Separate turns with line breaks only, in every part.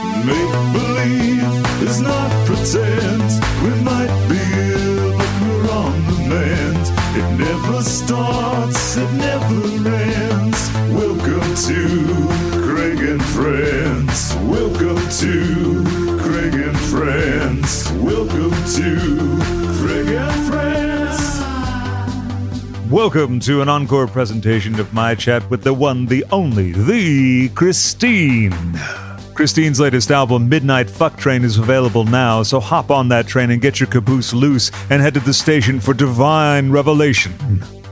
make believe is not pretend. We might be ill, but we're on the mend. It never starts, it never ends. Welcome to Craig and Friends. Welcome to Craig and Friends. Welcome to Craig and Friends.
Welcome to an encore presentation of my chat with the one, the only, the Christine. Christine's latest album, Midnight Fuck Train, is available now, so hop on that train and get your caboose loose and head to the station for divine revelation.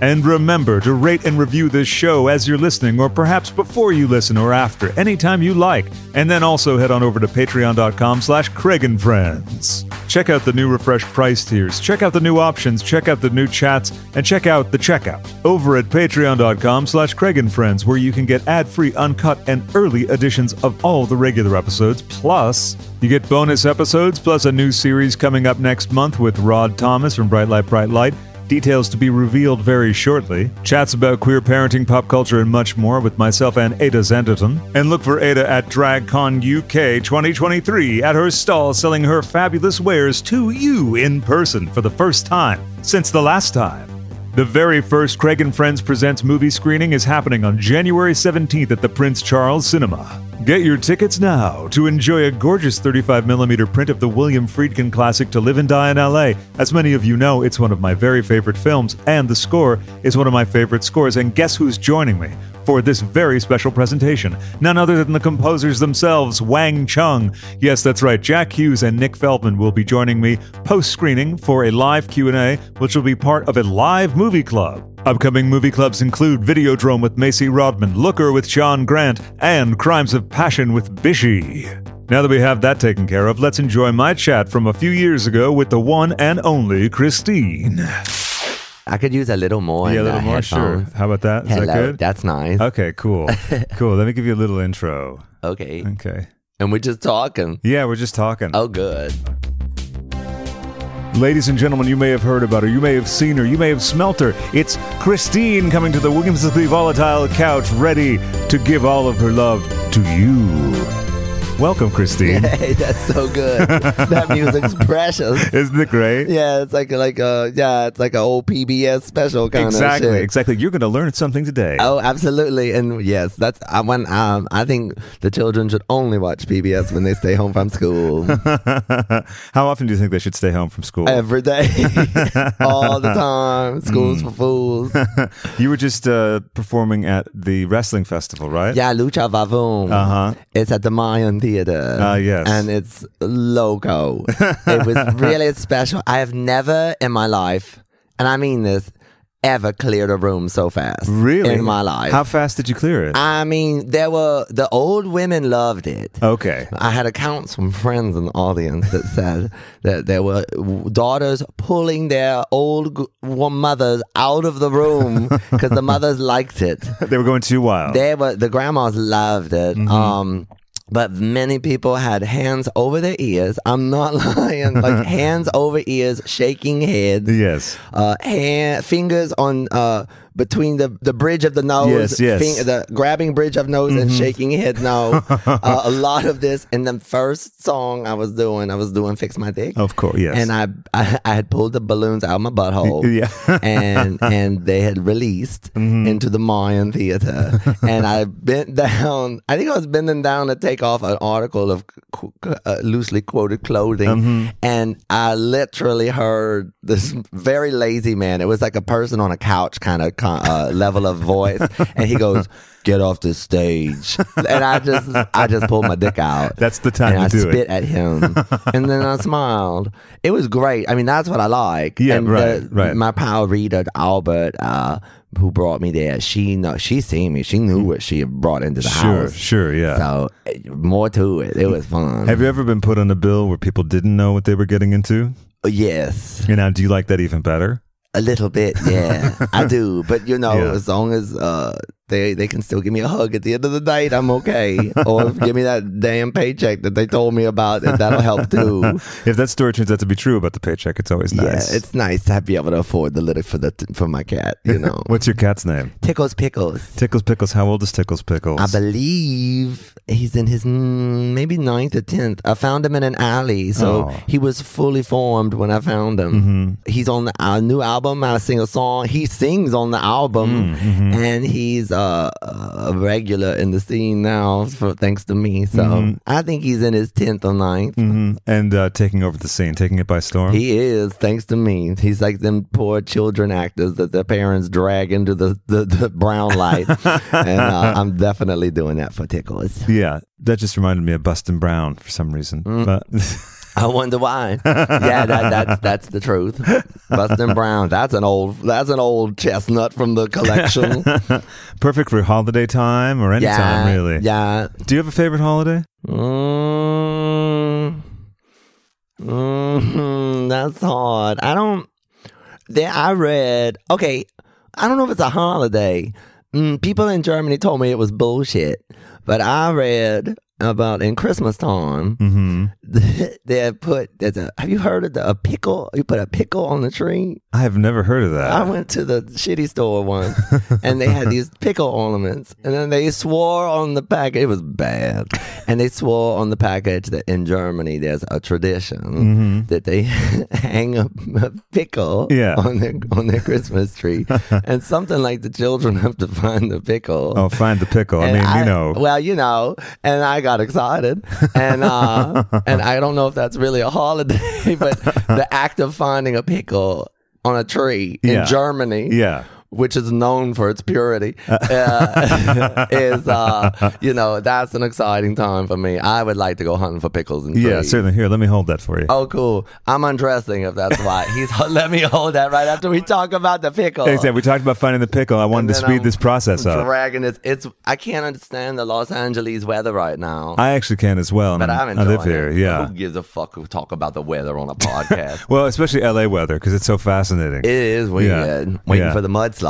And remember to rate and review this show as you're listening, or perhaps before you listen or after, anytime you like. And then also head on over to patreon.com slash Craig and Friends. Check out the new refreshed price tiers, check out the new options, check out the new chats, and check out the checkout over at patreon.com slash Craig and Friends, where you can get ad-free, uncut, and early editions of all the regular episodes. Plus, you get bonus episodes, plus a new series coming up next month with Rod Thomas from Bright Light, Bright Light. Details to be revealed very shortly. Chats about queer parenting, pop culture, and much more with myself and Ada Zenderton. And look for Ada at DragCon UK 2023 at her stall selling her fabulous wares to you in person for the first time since the last time. The very first Craig and Friends Presents movie screening is happening on January 17th at the Prince Charles Cinema. Get your tickets now to enjoy a gorgeous 35mm print of the William Friedkin classic To Live and Die in LA. As many of you know, it's one of my very favorite films, and the score is one of my favorite scores. And guess who's joining me for this very special presentation? None other than the composers themselves, Wang Chung. Yes, that's right, Jack Hughes and Nick Feldman will be joining me post-screening for a live Q&A, which will be part of a live movie club. Upcoming movie clubs include Videodrome with Macy Rodman, Looker with Sean Grant, and Crimes of Passion with Bishy. Now that we have that taken care of, let's enjoy my chat from a few years ago with the one and only Christine.
I could use a little more.
Yeah, a
in
little
the
more. Sure.
headphones.
How about that? Is
Hello,
that good? Uh,
that's nice.
okay, cool. cool. Let me give you a little intro.
Okay.
Okay.
And we're just talking.
Yeah, we're just talking.
Oh, good.
Ladies and gentlemen, you may have heard about her, you may have seen her, you may have smelt her. It's Christine coming to the Williamsley Volatile Couch, ready to give all of her love to you. Welcome, Christine.
Hey, that's so good. that music's precious.
Isn't it great?
Yeah, it's like like a yeah, it's like a old PBS special kind of
exactly,
shit.
exactly. You're going to learn something today.
Oh, absolutely, and yes, that's I when um, I think the children should only watch PBS when they stay home from school
How often do you think they should stay home from school?
every day, all the time. Schools
Mm.
for fools.
you were just uh, performing at the wrestling festival, right?
Yeah, Lucha Vavoom.
Uh-huh.
It's at the Mayan Theater.
Ah, yes.
And it's loco. it was really special. I have never in my life, and I mean this, ever cleared a room so fast.
Really?
In my life.
How fast did you clear it?
I mean, there were the old women loved it.
okay.
I had accounts from friends in the audience that said that there were daughters pulling their old g- mothers out of the room because the mothers liked it
They were going too wild.
they were the grandmas loved it.
Mm-hmm.
Um, but many people had hands over their ears. I'm not lying. Like hands over ears, shaking heads.
yes.
Uh, hand, fingers on uh, between the, the bridge of the nose,
Yes, yes. Mm-hmm.
the grabbing bridge of nose and shaking head. No, uh, a lot of this. And the first song I was doing, I was doing "Fix My Dick,"
Of course, yes.
and I, I I had pulled the balloons out of my butthole.
Y- yeah. Mm-hmm.
and and they had released into the Mayan theater. and I bent down. I think I was bending down to take off an article of qu- qu- uh, loosely quoted clothing,
Mm-hmm.
and I literally heard this very lazy man. It was like a person on a couch kind of con- uh, level of voice, and he goes. Get off the stage, and I just, I just pulled my dick out.
That's the time
and
to
I
do it.
spit at him, and then I smiled. It was great. I mean, that's what I like.
Yeah,
and
right,
the-
right.
My power reader Albert, uh, who brought me there, she know she seen me. She knew what she had brought into the
Mm. sure,
house.
sure, yeah.
So eh, more to it. It was fun.
Have you ever been put on a bill where people didn't know what they were getting into?
Oh, yes,
You know, do you like that even better?
a little bit. Yeah, I do. But you know,
Yeah.
as long as uh, they they can still give me a hug at the end of the night. I'm okay. or give me that damn paycheck that they told me about. and That'll help too.
If that story turns out to be true about the paycheck, it's always nice.
Yeah, it's nice to be able to afford the litter for the for my cat. You know,
What's your cat's name?
tickles pickles.
Tickles Pickles. How old is Tickles Pickles?
I believe he's in his mm, maybe ninth or tenth. I found him in an alley, so
Oh.
he was fully formed when I found him. He's on the, our new album. I sing a song. He sings on the album, and he's uh, a regular in the scene now, for, thanks to me. So I think he's in his tenth or 9th
Mhm. And uh, taking over the scene, taking it by storm.
He is, thanks to me. He's like them poor children actors that their parents drag into the, the, the brown light. and uh, I'm definitely doing that for tickles.
yeah, that just reminded me of Bustin' Brown for some reason.
Mm.
But
I wonder why. yeah, that, that's that's the truth. Bustin' Brown. That's an old that's an old chestnut from the collection.
perfect for holiday time or any
yeah,
time, really.
Yeah.
Do you have a favorite holiday?
Mm, mm, that's hard. I don't. There, I read. Okay, I don't know if it's a holiday. Mm, people in Germany told me it was bullshit, but I read about in Christmas time
Mm-hmm.
they put. There's a, have you heard of the, a pickle? You put a pickle on the tree.
I have never heard of that.
I went to the shitty store once, and they had these pickle ornaments, and then they swore on the package. It was bad, and they swore on the package that in Germany there's a tradition that they hang a, a pickle
Mm-hmm. Yeah.
on their on their Christmas tree, and something like the children have to find the pickle.
oh, find the pickle. I
And
mean, you know.
Well, you know, and I got excited, and uh, and I don't know if that's really a holiday, but the act of finding a pickle on a tree
Yeah.
in Germany,
yeah.
which is known for its purity, uh, is uh, you know that's an exciting time for me. I would like to go hunting for pickles and
Yeah,
trees.
certainly. Here, let me hold that for you.
Oh, cool. I'm undressing if that's why. He's let me hold that right after we talk about the pickle.
Exactly. We talked about finding the pickle. I wanted to
then
speed
I'm
this process up.
Dragging this, it's I can't understand the Los Angeles weather right now.
I actually can as well. and
but
I'm-
I'm
Mm.
enjoying
I live here.
it.
Yeah.
Who gives a fuck who talk about the weather on a podcast?
Well, especially LA weather because it's so fascinating.
it is weird. Waiting
Yeah.
for the mudslides.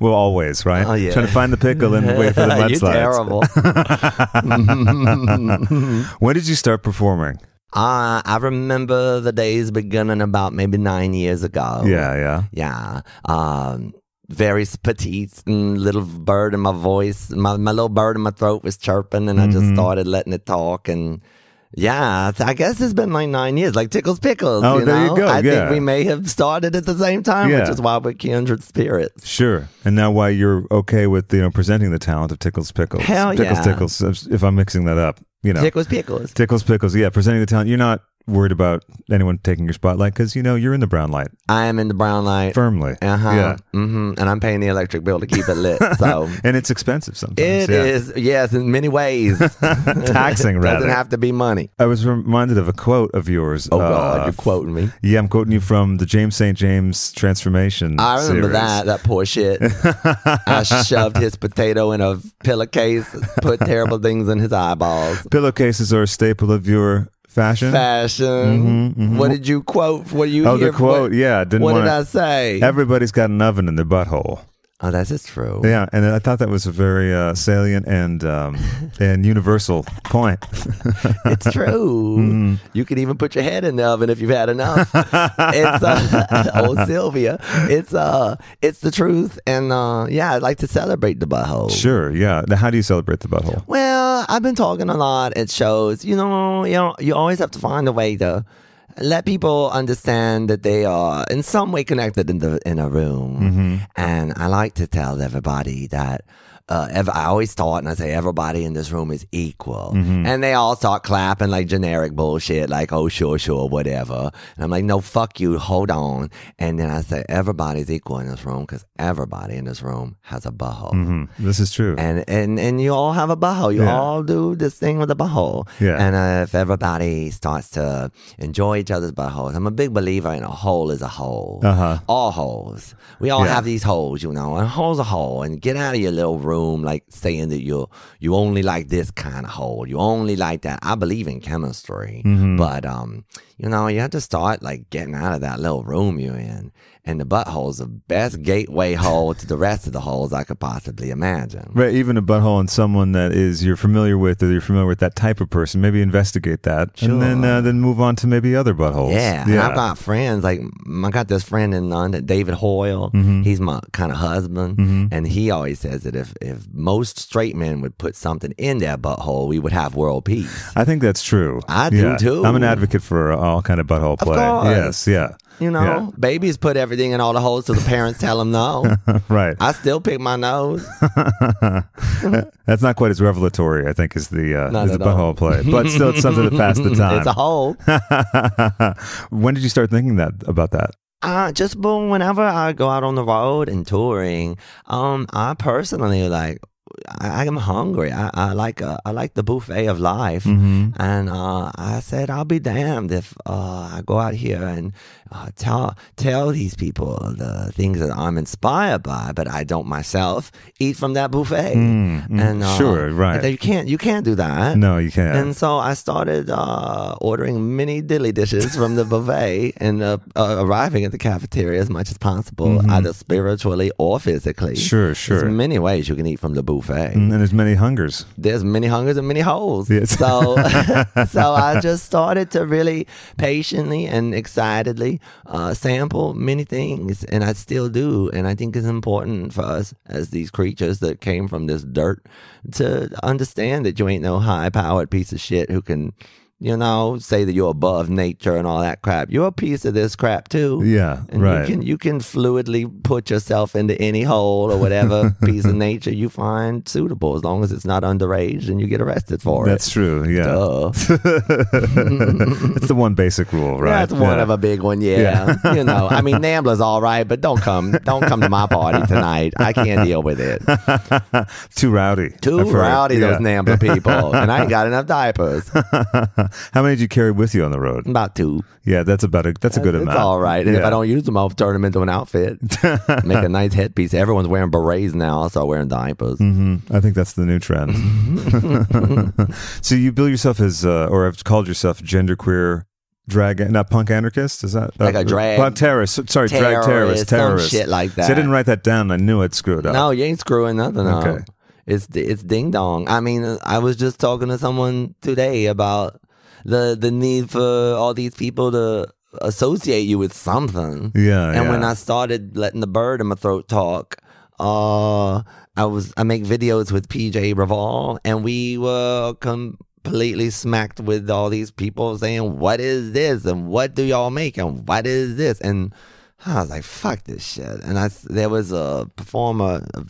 well, always, right?
Oh, yeah.
Trying to find the pickle and wait for the
You're
mudslides.
terrible.
When did you start performing?
uh, I remember the days beginning about maybe nine years ago.
Yeah, yeah.
Yeah. Um, very s- petite and little bird in my voice. My, my little bird in my throat was chirping, and I
Mm-hmm.
just started letting it talk. And yeah, I guess it's been like nine years, like Tickles Pickles.
Oh, there you
know?
go,
I
yeah.
think we may have started at the same time, which
Yeah.
is why we're kindred spirits.
Sure. And now why you're okay with, you know, presenting the talent of Tickles Pickles.
Hell
Pickles
yeah.
Tickles, if I'm mixing that up, you know.
Tickles Pickles.
Tickles Pickles, yeah, presenting the talent. You're not worried about anyone taking your spotlight because, you know, you're in the brown light
I am in the brown light.
firmly.
uh huh.
Yeah.
hmm And I'm paying the electric bill to keep it lit. So.
And it's expensive sometimes.
it is
yeah.
yes, in many ways.
Taxing, rather.
Doesn't have to be money.
I was reminded of a quote of yours.
Oh,
uh,
God, you're quoting me.
Yeah, I'm quoting you from the James St. James Transformation.
I remember
series.
that. That poor shit. I shoved his potato in a pillowcase, put terrible things in his eyeballs.
Pillowcases are a staple of your fashion.
Fashion. What did you quote? What you?
Mm-hmm, oh,
hear-
the quote.
What,
yeah, I didn't
what
want
did I say?
Everybody's got an oven in their butthole.
oh, that's just true.
Yeah, and I thought that was a very uh, salient and um, and universal point.
It's true. You can even put your head in the oven if you've had enough. it's uh, old Sylvia. It's uh, it's the truth, and uh, yeah, I'd like to celebrate the butthole.
Sure. Yeah. Now, how do you celebrate the butthole?
Well, I've been talking a lot at shows. You know, you know, you always have to find a way to let people understand that they are in some way connected in the in a room. And I like to tell everybody that. Uh, ev- I always start and I say everybody in this room is equal, and they all start clapping like generic bullshit, like "oh sure, sure, whatever." And I'm like, "No, fuck you, hold on." And then I say everybody's equal in this room because everybody in this room has a butthole
Hmm, this is true.
and and and you all have a butthole. You
Yeah.
all do this thing with a butthole.
Yeah.
And uh, if everybody starts to enjoy each other's buttholes, I'm a big believer in a hole is a hole.
Uh-huh.
All holes. We all
Yeah.
have these holes, you know. And a hole's a hole. And get out of your little room, like saying that you you only like this kind of hole. You only like that. I believe in chemistry,
Mm-hmm.
but um, you know, you have to start like getting out of that little room you're in. And the butthole's the best gateway way hole to the rest of the holes I could possibly imagine.
Right, even a butthole in someone that is you're familiar with, or you're familiar with that type of person. Maybe investigate that, and then
Sure.
uh, then move on to maybe other buttholes.
Yeah, and I've got friends like m- I got this friend in London, David Hoyle.
Mm-hmm.
He's my kind of husband, and he always says that if if most straight men would put something in their butthole, we would have world peace.
I think that's true.
I do,
Yeah.
too.
I'm an advocate for all kind of butthole play.
course.
Yes, yeah,
You know, babies put everything in all the holes, so the parents tell them no.
Yeah. right.
I still pick my nose.
that's not quite as revelatory. I think is the uh,
Not
is the
at all.
butthole play, but still, it's something to pass the time.
It's a hole.
when did you start thinking that about that?
Uh, just boom, whenever I go out on the road and touring, um, I personally like, I, I am hungry. I, I like, uh, I like the buffet of life.
Mm-hmm.
And, uh, I said, I'll be damned if, uh, I go out here and, uh, tell, tell these people the things that I'm inspired by, but I don't myself eat from that buffet. and, uh,
Mm, sure, right.
You can't, you can't do that.
No, you can't.
And so I started uh, ordering mini dilly dishes from the buffet and uh, uh, arriving at the cafeteria as much as possible, either spiritually or physically.
Mm-hmm. Sure, sure.
There's many ways you can eat from the buffet.
and there's many hungers.
There's many hungers and many holes.
Yes.
So, so I just started to really patiently and excitedly uh, sample many things, and I still do. And I think it's important for us as these creatures that came from this dirt to understand that you ain't no high-powered piece of shit who can. You know, say that you're above nature and all that crap. You're a piece of this crap too.
Yeah,
and
right.
You can you can fluidly put yourself into any hole or whatever piece of nature you find suitable, as long as it's not underage and you get arrested for
That's
it. Uh,
true. Yeah.
Duh.
it's the one basic rule, right?
That's one
Yeah.
of a big one, yeah. you know, I mean, Nambla's all right, but don't come, don't come to my party tonight. I can't deal with it.
Too rowdy.
Too
I've heard.
rowdy
Yeah.
those Nambla people, and I ain't got enough diapers.
How many did you carry with you on the road?
About two.
Yeah, that's about a that's a good
Mm. it's
amount.
all right. And if
Yeah.
I don't use them, I'll turn them into an outfit. Make a nice headpiece. Everyone's wearing berets now. I start wearing diapers.
Mhm. I think that's the new trend.
Mm-hmm.
so you bill yourself as, uh, or have called yourself genderqueer drag, not punk anarchist. Is that uh,
Like a drag-
Punk terrorist. Sorry, drag
Terrorist,
terrorist.
some
Terrorist.
shit like
See, I
that.
didn't write that down. I knew I'd screwed up.
No, you ain't screwing nothing
Okay.
up. It's it's ding dong. I mean, I was just talking to someone today about the the need for all these people to associate you with something.
Yeah,
And
yeah.
when I started letting the bird in my throat talk, uh, I was I make videos with PJ Raval, and we were completely smacked with all these people saying, "What is this? And what do y'all make? And what is this?" And I was like, "Fuck this shit!" And I s- there was a performer, a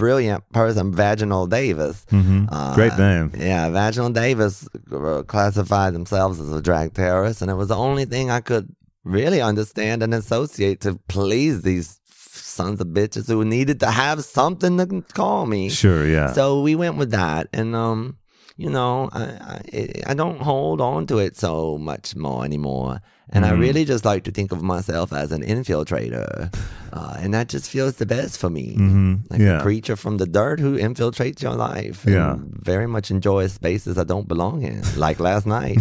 brilliant person, Vaginal Davis. Uh,
Mm-hmm. Great name.
yeah, Vaginal Davis uh, classified themselves as a drag terrorist, and it was the only thing I could really understand and associate to please these sons of bitches who needed to have something to call me.
Sure. Yeah.
So we went with that, and um, you know, I I, it- I don't hold on to it so much more anymore, and
Mm.
I really just like to think of myself as an infiltrator, uh, and that just feels the best for me, like
Mm-hmm. Yeah.
a creature from the dirt who infiltrates your life. and
Yeah.
very much enjoys spaces I don't belong in, like last night.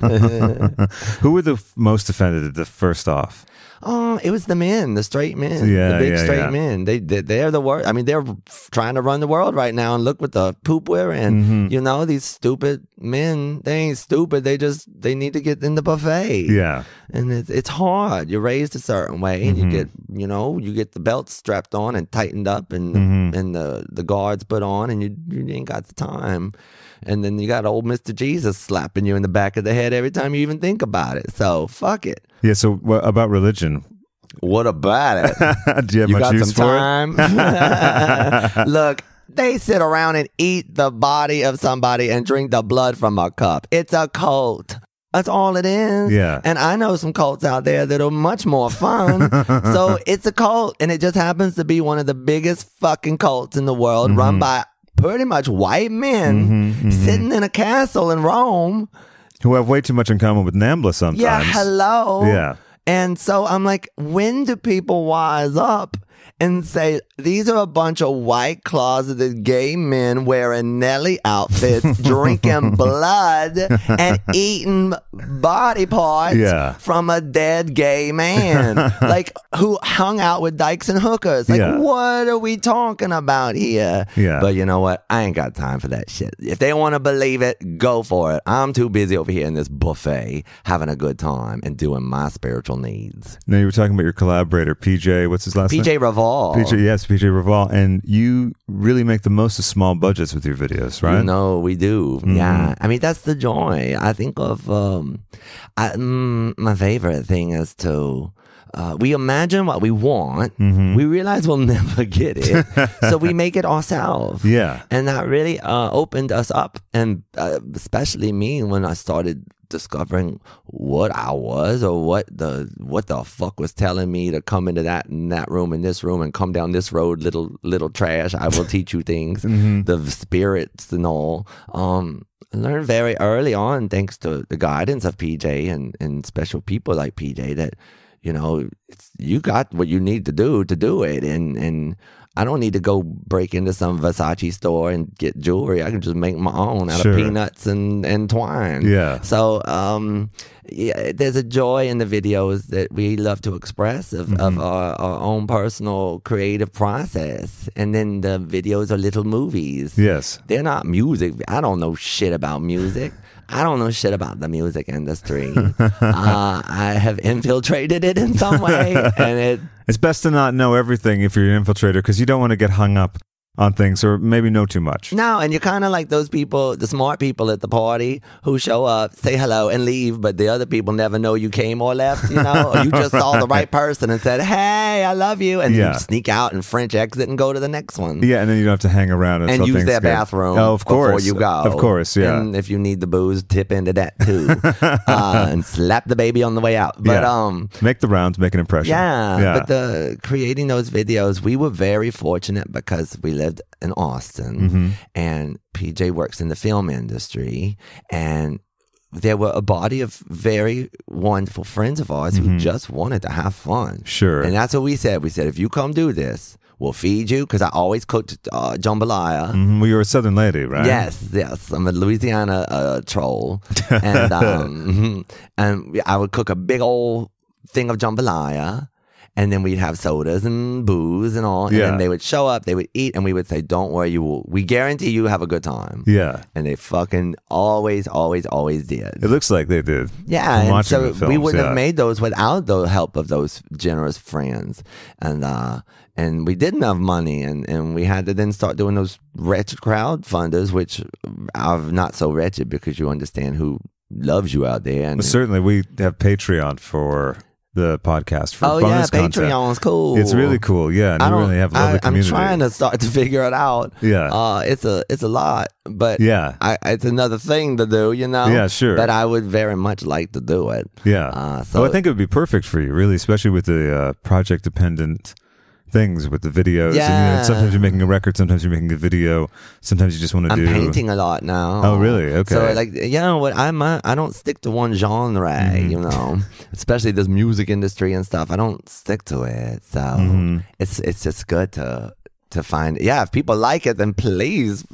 Who were the f- most offended at the first off?
Oh, it was the men, the straight men,
Yeah,
the big
yeah,
straight
yeah.
men. They, they they're the worst. I mean, they're f- trying to run the world right now, and look what the poop we're in.
Mm-hmm.
You know, these stupid men. They ain't stupid. They just they need to get in the buffet.
Yeah.
and it's it's hard. You're raised a certain way, and
Mm-hmm.
you get you know you get the belt strapped on and tightened up, and
Mm-hmm.
and the the guards put on, and you you ain't got the time. And then you got old Mister Jesus slapping you in the back of the head every time you even think about it. So fuck it.
Yeah. So wha about religion?
What about it?
Do you have
You
much
got
use
some
for it?
time. Look, they sit around and eat the body of somebody and drink the blood from a cup. It's a cult. That's all it is.
Yeah.
And I know some cults out there that are much more fun. so it's a cult, and it just happens to be one of the biggest fucking cults in the world,
Mm-hmm.
run by pretty much white men sitting in a castle in Rome.
Who have way too much in common with Nambla sometimes.
Yeah, hello.
Yeah.
And so I'm like, when do people wise up and say, These are a bunch of white closeted gay men wearing Nelly outfits, drinking blood, and eating body parts
Yeah.
from a dead gay man, like who hung out with dykes and hookers. Like,
Yeah.
what are we talking about here?
Yeah.
But you know what? I ain't got time for that shit. If they want to believe it, go for it. I'm too busy over here in this buffet having a good time and doing my spiritual needs.
No, you were talking about your collaborator, PJ. What's his last name?
PJ Raval.
PJ, yes, PJ Raval. And you really make the most of small budgets with your videos, right? Mm-hmm.
No, we do. Yeah. I mean, that's the joy. I think of um, I, mm, my favorite thing is to. Uh, we imagine what we want.
Mm-hmm.
We realize we'll never get it, so we make it ourselves.
Yeah.
and that really uh, opened us up, and uh, especially me when I started discovering what I was or what the what the fuck was telling me to come into that and that room and this room and come down this road, little little trash. I will teach you things, the spirits and all. Um, I learned very early on, thanks to the guidance of PJ and and special people like PJ that. You know, it's, you got what you need to do to do it, and and I don't need to go break into some Versace store and get jewelry. I can just make my own out
Sure.
of peanuts and and twine.
Yeah.
So um, yeah, there's a joy in the videos that we love to express of,
Mm-hmm.
of our, our own personal creative process, and then the videos are little movies.
Yes.
They're not music. I don't know shit about music. I don't know shit about the music industry. uh, I have infiltrated it in some way, and it
It's best to not know everything if you're an infiltrator because you don't want to get hung up on things or maybe know too much.
No, and you're kind of like those people, the smart people at the party who show up, say hello, and leave, but the other people never know you came or left. You know, or you just saw the right person and said, "Hey, I love you," and
Yeah.
you sneak out and French exit and go to the next one.
Yeah, and then you don't have to hang around
And
until
use
things
their
get-
bathroom
Oh, of course.
before you go.
Of course, yeah.
And if you need the booze, tip into that too. uh, and slap the baby on the way out. But
Yeah.
um
make the rounds, make an impression.
yeah,
yeah.
but the creating those videos, we were very fortunate because we lived in Austin,
Mm-hmm.
and PJ works in the film industry, and there were a body of very wonderful friends of ours who just wanted to have fun.
Mm-hmm. Sure.
and that's what we said. We said, if you come do this, we'll feed you because I always cooked uh, jambalaya.
Mhm, well, you're a Southern lady, right?
Yes, yes. I'm a Louisiana uh, troll, and um, and I would cook a big old thing of jambalaya, and then we'd have sodas and booze and all. And
Yeah.
then they would show up, they would eat, and we would say, "Don't worry, you will. We guarantee you have a good time."
Yeah.
And they fucking always, always, always did.
It looks like they did.
Yeah,
from
and
watching
so
the films,
we wouldn't
yeah.
have made those without the help of those generous friends, and uh, and we didn't have money, and, and we had to then start doing those wretched crowdfunders, which are not so wretched because you understand who loves you out there. And
Well, certainly, we have Patreon for the podcast for
oh yeah,
bonus content.
Patreon's cool.
It's really cool, yeah. And
I
you
don't.
really have a
I,
lovely
I'm
community.
trying to start to figure it out.
Yeah.
uh, it's a it's a lot, but
Yeah.
I, it's another thing to do. You know.
Yeah, sure.
But I would very much like to do it.
Yeah.
Uh,
oh,
so
I think it would be perfect for you, really, especially with the uh, project dependent things with the videos. And, you know,
Yeah.
sometimes you're making a record, sometimes you're making a video, sometimes you just want to do.
I'm painting a lot now.
Oh, really? Okay.
So like, you know what? I'm uh, I don't stick to one genre.
Mm-hmm.
You know, especially this music industry and stuff. I don't stick to it. So
Mm-hmm.
it's it's just good to to find. Yeah, if people like it, then please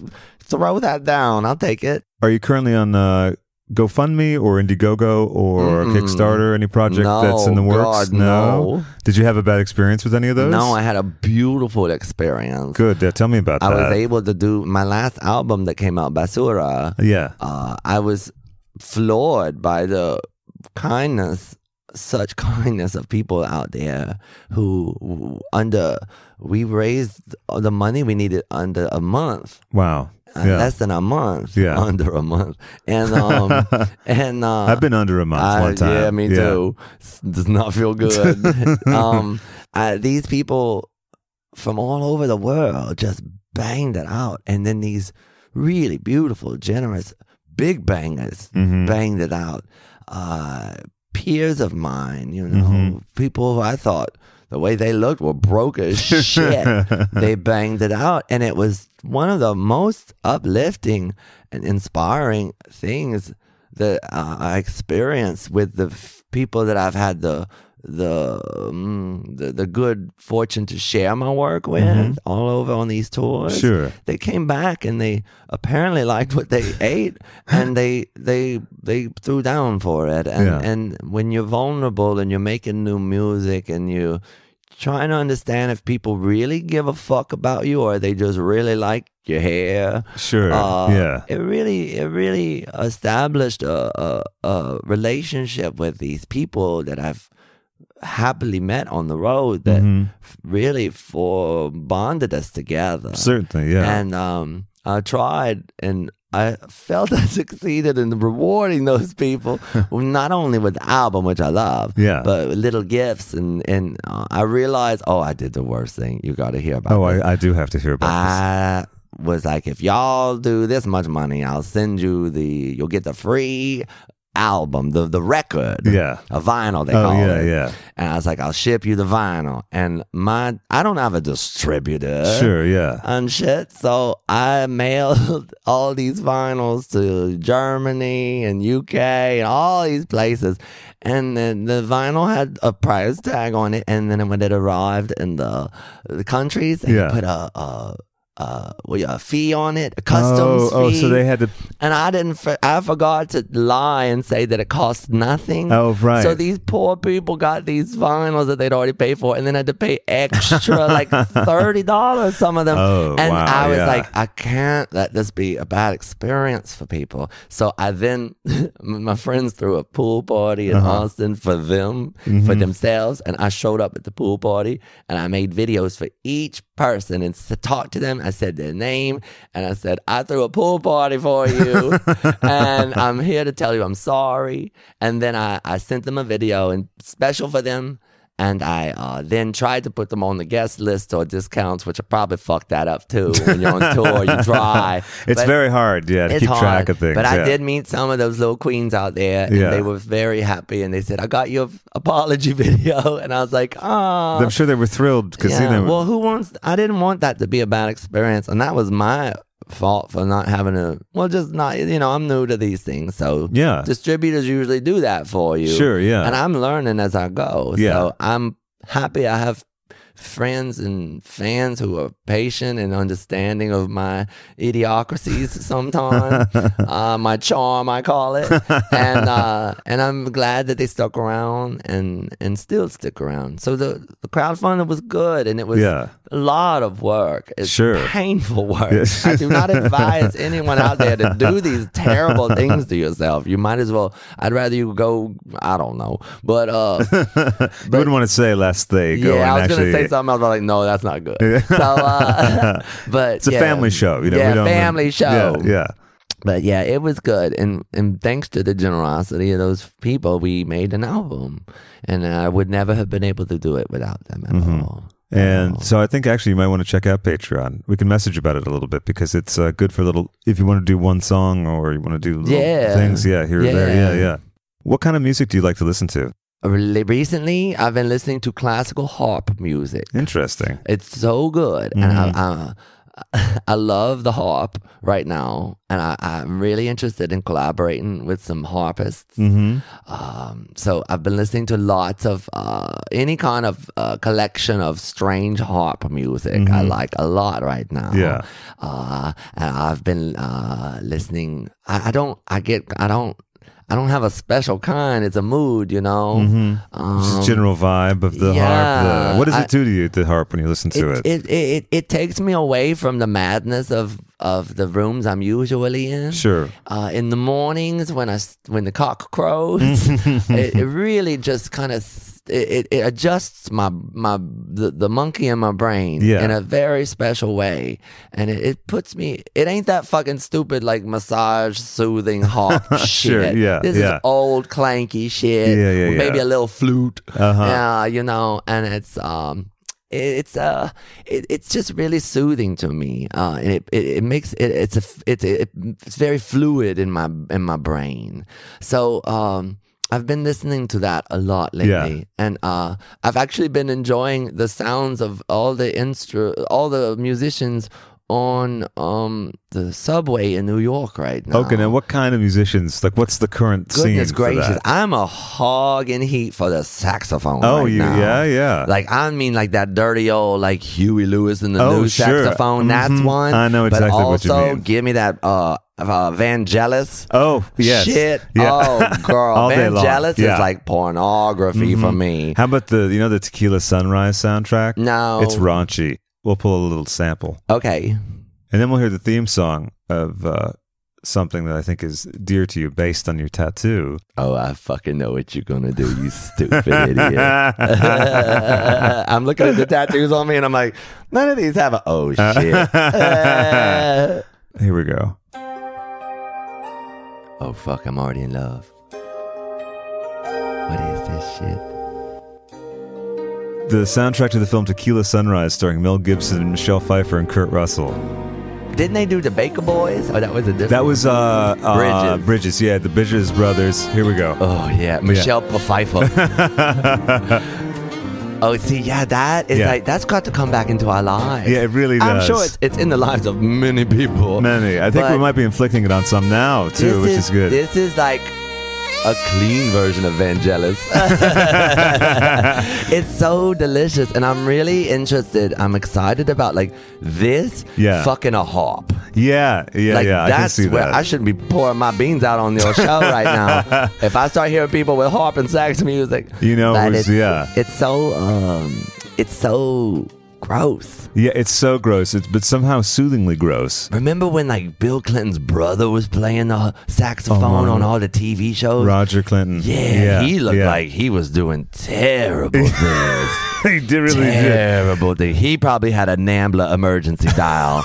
throw that down. I'll take it.
Are you currently on uh, GoFundMe or Indiegogo or
Mm-mm.
Kickstarter? Any project
No,
that's in the works?
God, no.
Did you have a bad experience with any of those?
No, I had a beautiful experience.
Good. Yeah, tell me about
I
that.
was able to do my last album that came out, Basura.
yeah.
uh, I was floored by the kindness, such kindness of people out there who under we raised the money we needed under a month,
Wow.
uh,
yeah.
less than a month,
Yeah.
under a month, and um, and uh,
I've been under a month
I-
one time.
Uh, Yeah, me too. S- Does not feel good. um, I, these people from all over the world just banged it out, and then these really beautiful, generous, big bangers
Mhm.
banged it out. Uh, peers of mine, you know,
Mhm.
people who I thought the way they looked were broke as shit. they banged it out, and it was one of the most uplifting and inspiring things that uh, I experienced with the f- people that I've had the the, mm, the the good fortune to share my work with all over on these tours.
Sure.
they came back and they apparently liked what they ate, and they they they threw down for it. And
Yeah.
and when you're vulnerable and you're making new music and you trying to understand if people really give a fuck about you or they just really like your hair
Sure.
uh,
yeah.
It really, it really established a, a, a relationship with these people that I've happily met on the road that
Mm-hmm.
f- really for bonded us together.
Certainly. Yeah.
And um, I tried and. I felt I succeeded in rewarding those people, not only with the album, which I love,
Yeah.
but with little gifts. And, and uh, I realized, oh, I did the worst thing. You got to hear about
oh,
this. Ah,
I, I do have to hear about
I was like, if y'all do this much money, I'll send you the you'll get the free album, the the record.
this. Yeah.
A vinyl they
Oh,
call
yeah,
it.
yeah.
And I was like, I'll ship you the vinyl. And my I don't have a distributor
Sure. Yeah.
and shit. So I mailed all these vinyls to Germany and UK and all these places. And then the vinyl had a price tag on it. And then when it arrived in the, the countries, they
Yeah.
put a, a, a, well, yeah, a fee on it, a customs
oh, oh,
fee.
so they had to.
and I didn't, for, I forgot to lie and say that it cost nothing.
Oh, right.
So these poor people got these vinyls that they'd already paid for, and then had to pay extra, like thirty dollars. Some of them,
Oh,
and
wow,
I was
yeah.
like, I can't let this be a bad experience for people. So I then, my friends threw a pool party in
Uh-huh.
Austin for them,
Mm-hmm.
for themselves, and I showed up at the pool party and I made videos for each person and s- talked to them. I said their name and I said, I threw a pool party for you, and I'm here to tell you I'm sorry. And then I, I sent them a video and special for them. And I uh, then tried to put them on the guest list or discounts, which I probably fucked that up too. When you're on tour, Oh, you try.
It's
But
very hard. Yeah. To
it's
keep track
hard.
of things.
But I
yeah.
did meet some of those little queens out there, and
Yeah.
they were very happy. And they said, "I got your apology video," and I was like, "Ah."
I'm sure they were thrilled because
yeah.
you know.
well, who wants? I didn't want that to be a bad experience, and that was my fault for not having a. Well, just not. You know, I'm new to these things, so
Yeah.
Distributors usually do that for you.
Sure, yeah.
And I'm learning as I go.
Yeah.
So I'm happy I have friends and fans who are patient and understanding of my idiocracies sometimes uh, my charm i call it and uh, and i'm glad that they stuck around and and still stick around so the, the crowdfunding was good and it was
Yeah.
a lot of work it's
Sure.
painful work
Yes.
i do not advise anyone out there to do these terrible things to yourself you might as well i'd rather you go i don't know but uh
you wouldn't want to say last they go.
yeah, I
and
was
actually,
gonna say something else, but I was like, no, that's not good. So, uh, but
It's a
yeah.
family show. You know.
yeah,
we don't,
family show.
Yeah. yeah.
But yeah, it was good, and and thanks to the generosity of those people, we made an album, and I would never have been able to do it without them at all.
Mm-hmm.
Oh.
And so I think actually you might want to check out Patreon. We can message about it a little bit because it's uh, good for little. If you want to do one song or you want to do little
Yeah.
things, yeah, here or there, yeah,
Yeah.
yeah. What kind of music do you like to listen to?
Re- Recently, I've been listening to classical harp music.
Interesting.
It's so good, and I, I, I love the harp right now, and I, I'm really interested in collaborating with some harpists.
Mm-hmm.
Um, so I've been listening to lots of uh, any kind of uh, collection of strange harp music. I like a lot right now.
Yeah.
uh, and I've been uh, listening. I, I don't. I get. I don't. I don't have a special kind. It's a mood, you know. Um,
Just general vibe of the harp.
yeah,
The, what does
I-
it do to you, the harp, when you listen to it?
it, it, it, it, it takes me away from the madness of, of the rooms I'm usually in.
Sure.
Uh, in the mornings when I s- when the cock crows, it, it really just kind of it, it- it adjusts my my the, the monkey in my brain
Yeah.
in a very special way, and it, it puts me. It ain't that fucking stupid like massage soothing harp
Sure,
shit.
yeah,
this
yeah.
is old clanky shit.
Yeah, yeah,
or Maybe
yeah.
a little flute.
Uh-huh.
Yeah, you know, and it's um, it- it's uh, it, it's just really soothing to me. Uh, and it it, it makes it it's a f- it's it, it's very fluid in my in my brain. So um. I've been listening to that a lot lately, and uh, I've actually been enjoying the sounds of all the instru- all the musicians on um, the subway in New York right now.
Okay, now what kind of musicians? Like, what's the current scene?
Oh. Goodness
for
gracious,
that?
I'm a hog in heat for the saxophone.
Oh,
right
you,
now.
yeah, yeah.
Like I mean, like that dirty old like Huey Lewis and the
Oh,
new
sure.
saxophone. That's
Mhm.
one.
I know
but
exactly what you
also,
mean.
give me that uh, uh Vangelis.
oh, yes.
Shit.
Yeah.
Oh, girl.
All day long.
Vangelis
Yeah. Mm-hmm.
is like pornography for me.
How about the you know the Tequila Sunrise soundtrack?
No.
It's raunchy. We'll pull a little sample,
Okay.
and then we'll hear the theme song of uh, something that I think is dear to you, based on your tattoo.
Oh, I fucking know what you're gonna do, you stupid idiot. I'm looking at the tattoos on me and I'm like, none of these have a oh shit. Uh,
Here we go.
oh fuck, I'm already in love. What is this shit?
The soundtrack to the film Tequila Sunrise, starring Mel Gibson and Michelle Pfeiffer and Kurt Russell.
Didn't they do the Baker Boys? Oh, that was a different.
That was uh, uh
Bridges.
Bridges. Yeah, the Bridges brothers. Here we go.
Oh yeah, Michelle Pfeiffer. oh, see, yeah, that is
Yeah.
like that's got to come back into our lives.
Yeah, it really
I'm
does.
sure it's, it's in the lives of many people.
Many. I think
But
we might be inflicting it on some now too,
this
which is, good.
This is like a clean version of Vangelis. it's so delicious, and I'm really interested. I'm excited about like this.
Yeah.
fucking a harp.
yeah, yeah,
like
yeah. I can
that's
see
where
that.
I shouldn't be pouring my beans out on your show right now. if I start hearing people with harp and sax music,
You know, it
but
was-
it's,
yeah.
it's so um, it's so gross.
yeah, it's so gross. It's but somehow soothingly gross.
Remember when like Bill Clinton's brother was playing the
Oh
saxophone on all the TV shows?
Roger Clinton.
Oh, Yeah, he looked
yeah.
like he was doing terrible things.
he did really did.
terrible thing. He probably had a Nambla emergency dial.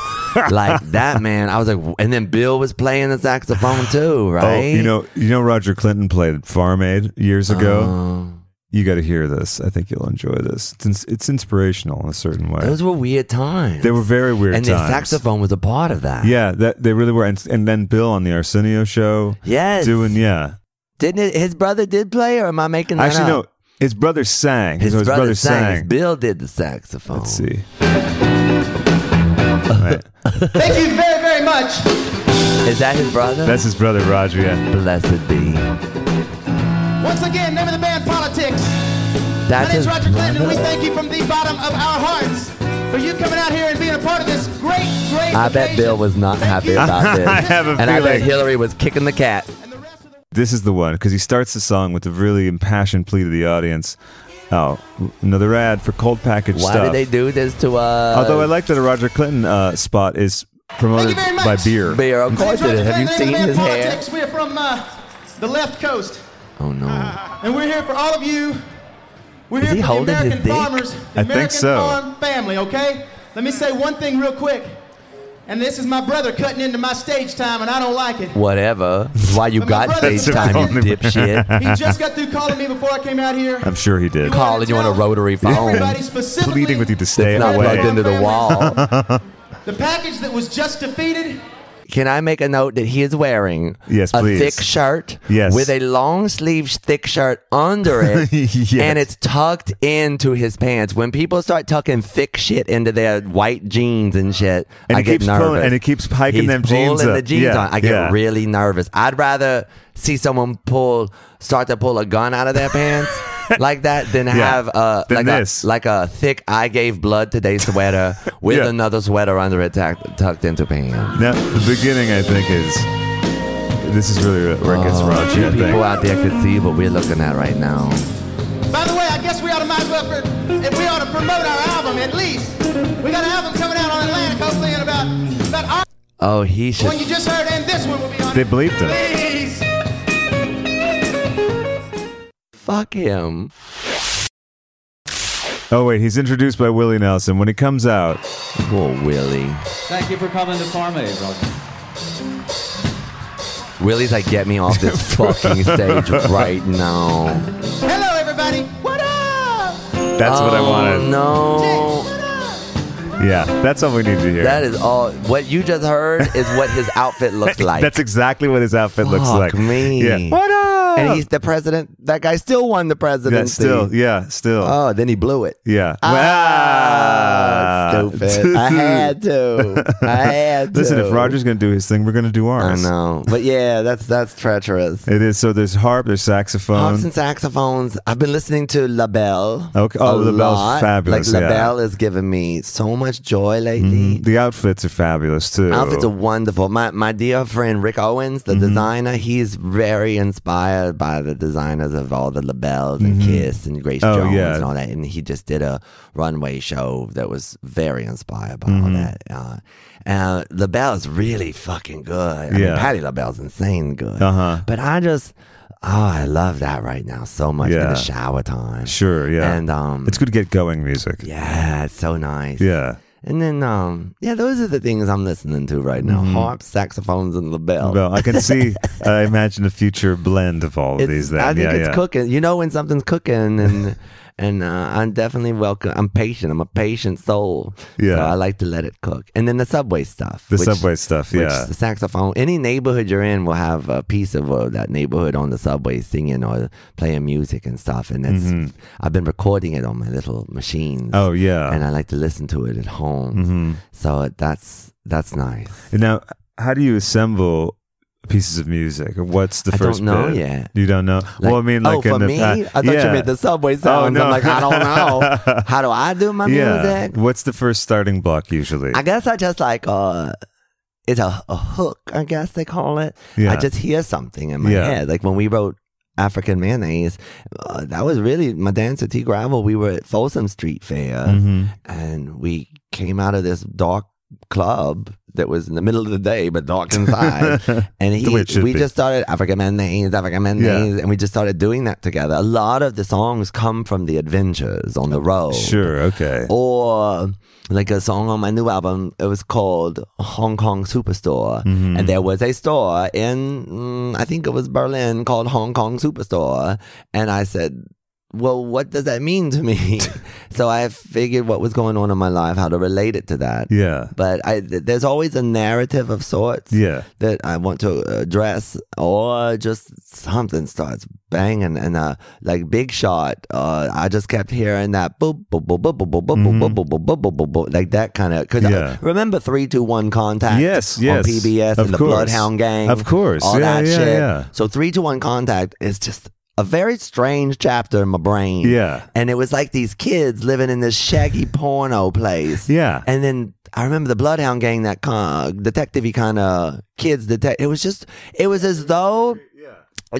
like that man, I was like, w- and then Bill was playing the saxophone too, right?
Oh, you know, you know, Roger Clinton played Farm Aid years ago.
Oh.
you got to hear this. I think you'll enjoy this. It's, ins- it's inspirational in a certain way.
those were weird times.
they were very weird
and
times.
the saxophone was a part of that.
Yeah, that they really were. And, and then Bill on the Arsenio show,
Yes.
doing yeah.
Didn't it, his brother did play, or am I making that
Actually, no,
up?
his brother sang.
His,
So
brother, sang. Bill did the saxophone.
Let's see.
Thank you very, very much.
Is that his brother?
That's his brother Roger. Yeah.
blessed be.
Once again, name of the band Politics. My
That's
name's
his
Roger Clinton, and we
brother.
thank you from the bottom of our hearts for you coming out here and being a part of this great, great.
I bet Bill was not happy about this.
I have a
and I bet
feeling.
Hillary was kicking the cat.
This is the one because he starts the song with a really impassioned plea to the audience. Oh, another ad for cold package
Why
stuff.
did they do this to uh, us?
Although I like that a Roger Clinton uh, spot is promoted
Thank you very much.
by beer.
beer, of course it is. Have you seen his hair?
Politics. We're from uh, the left coast,
Oh no.
and we're here for all of you. We're
Is
here
he
for
holding
the
his
American
dick?
farmers, the
I think
American
so.
farm family. Okay, let me say one thing real quick. And this is my brother cutting into my stage time, and I don't like it.
Whatever. Why you
My
got
brother-
stage time, you dipshit?
He just got through calling me before I came out here.
I'm sure he did.
You
Calling you on a rotary phone.
Everybody specifically,
Pleading with you to stay
It's not
away.
plugged into the wall.
The package that was just defeated.
Can I make a note that he is wearing
Yes,
a
please.
thick shirt
Yes.
with a long sleeve thick shirt under it
Yes.
and it's tucked into his pants. When people start tucking thick shit into their white jeans and shit,
And
I
he
get
keeps
nervous.
pulling- and he keeps hiking
He's
them
pulling
jeans
the
up.
jeans
Yeah,
on. I get
yeah.
really nervous. I'd rather see someone pull start to pull a gun out of their pants. Like that, than have uh,
Than
like
this.
a like a thick I gave blood today sweater with
Yeah.
another sweater under it tucked, tucked into pants.
Now, the beginning, I think, is this is really where it gets
Oh,
raunchy. I
people
think.
out there could see what we're looking at right now.
By the way, I guess we ought to might as well, for, if we ought to promote our album at least. We got an album coming out on Atlantic, hopefully in about about our
Oh, he should.
one you just heard, and this one will be on.
They bleeped him.
Please.
fuck him.
Oh wait, he's introduced by Willie Nelson. When he comes out,
Poor Willie.
Thank you for coming to Farm Aid, Roger.
Willie's like, get me off this fucking stage right now.
Hello, everybody. What up?
that's what I
Oh,
wanted.
No.
What up?
Yeah, that's all we need to hear.
That is all. What you just heard is what his outfit looks like.
That's exactly what his outfit looks
Fuck
like.
me.
Yeah. What up?
and he's the president. That guy still won the presidency.
That's still, yeah, still,
Oh, then he blew it.
yeah.
Ah,
God.
stupid. I had to. I had to.
Listen, if Roger's going to do his thing, we're going to do
I
ours.
know, but yeah, that's that's treacherous.
It is. So there's harp, there's saxophone.
Harps and saxophones. I've been listening to La Belle.
Okay.
a
Oh, La Belle's
lot.
fabulous,
Like La
yeah. Mm-hmm.
Belle has given me so much joy lately.
the outfits are fabulous too.
Outfits are wonderful. My my dear friend Rick Owens,
Mm-hmm.
the designer, he's very inspired by the designers of all the labels and Kiss and Grace
Oh,
Jones
yeah.
and all that. And he just did a runway show that was very inspired by
Mm-hmm.
all that. Uh, uh, LaBelle's really fucking good. I mean,
Yeah.
Patty LaBelle's insane good.
Uh-huh.
But I just, oh, I love that right now so much in
Yeah.
the shower time.
sure. Yeah.
And um,
it's good to get going music.
yeah, it's so nice.
Yeah.
And then, um, yeah, those are the things I'm listening to right now: harps, saxophones, and label.
Mm-hmm. Well, I can see. uh, I imagine a future blend of all of
It's-
these. Then.
I think
yeah,
it's
yeah.
cooking. You know when something's cooking, and and uh, I'm definitely welcome. I'm patient. I'm a patient soul.
Yeah.
so I like to let it cook. And then the subway stuff.
The
which-
subway stuff.
which
Yeah.
the saxophone. Any neighborhood you're in will have a piece of uh, that neighborhood on the subway singing or playing music and stuff. And that's I've been recording it on my little machines.
Mm-hmm. Oh yeah. Mm-hmm.
and uh, I like to listen to it at home. So that's that's nice.
Now, how do you assemble pieces of music? What's the
I
first?
don't know
bit?
yet.
You don't know. well, I mean, like
oh,
in
for
the
me,
pa-
I thought
yeah. Oh,
you meant the subway sounds.
no.
I'm like, I don't know. How do I do my
yeah.
music?
What's the first starting block usually?
I guess I just like uh, it's a, a hook. I guess they call it.
Yeah.
I just hear something in my
Yeah.
head. Like when we wrote African mayonnaise, uh, that was really my dancer T Gravel. We were at Folsom Street Fair,
Mm-hmm.
and we came out of this dark club that was in the middle of the day, but dark inside. and he,
The way it should
we
be.
just started African mayonnaise, African mayonnaise, and we just started doing that together. A lot of the songs come from the adventures on the road.
sure. Okay.
Or like a song on my new album, it was called Hong Kong Superstore, and there was a store in mm, I think it was Berlin called Hong Kong Superstore, and I said. Well, what does that mean to me? so I figured what was going on in my life, how to relate it to that.
Yeah.
But I, th- there's always a narrative of sorts
Yeah.
that I want to address, or just something starts banging and uh, like Big Shot. Uh, I just kept hearing that boop boop boop boop boop boop boop boop boop boop boop boop boop boop like that kind of. Cause
Mm-hmm. Yeah.
I, remember three two one contact?
Yes,
On
yes.
PBS
Of
and the
course.
Bloodhound Gang.
Of course.
all
Yeah,
that
yeah,
shit.
yeah.
So three two one contact is just. A very strange chapter in my brain.
Yeah.
And it was like these kids living in this shaggy porno place.
Yeah.
And then I remember the Bloodhound Gang, that kind of detective kind of kids detect. It was just, it was as though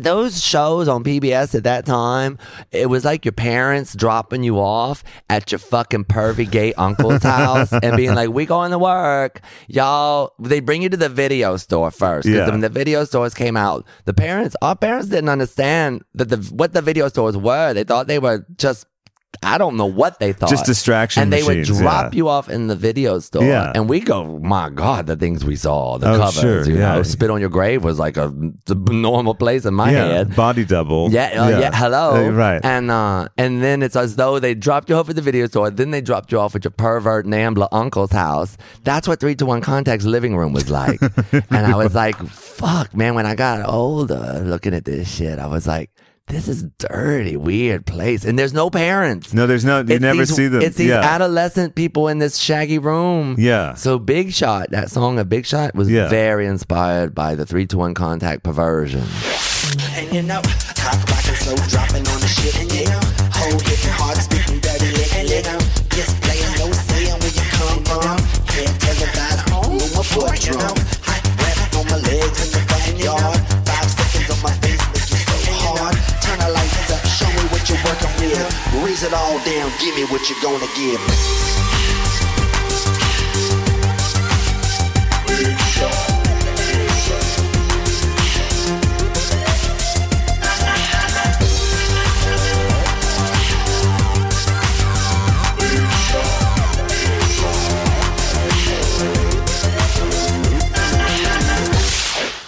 those shows on PBS at that time, it was like your parents dropping you off at your fucking pervy gay uncle's house and being like, "We going to work, y'all." They bring you to the video store first because
Yeah.
when the video stores came out, the parents, our parents, didn't understand that the what the video stores were. They thought they were just. I don't know what they thought.
Just distraction
And they
machines,
would drop
yeah.
you off in the video store.
Yeah.
And we go, my God, the things we saw, the
Oh,
covers,
sure,
you
yeah.
know, spit on your grave was like a, the normal place in my
yeah.
head.
Body double.
Yeah, uh, yeah. hello.
Uh, right.
And uh, and then it's as though they dropped you off at the video store, then they dropped you off at your pervert Nambla uncle's house. That's what three to one contact's living room was like. and I was like, fuck, man, when I got older looking at this shit, I was like, this is dirty, weird place. And there's no parents.
no, there's no. You
It's
never
these-
see them.
It's these
yeah.
adolescent people in this shaggy room.
Yeah.
So Big Shot, that song of Big Shot was
Yeah.
very inspired by the three to one contact perversion.
hanging out. Cock rocking, slow dropping on the shit and yeah. Whole hitting hard, spitting dirty, licking it out. Just playing, no saying where you come from. Head televised, move a foot drum. Hot breath on my legs in the front yard. Five seconds on my face, make you so hard. Turn the lights up, show me what you're working with. Raise it all down, give me what you're gonna give me.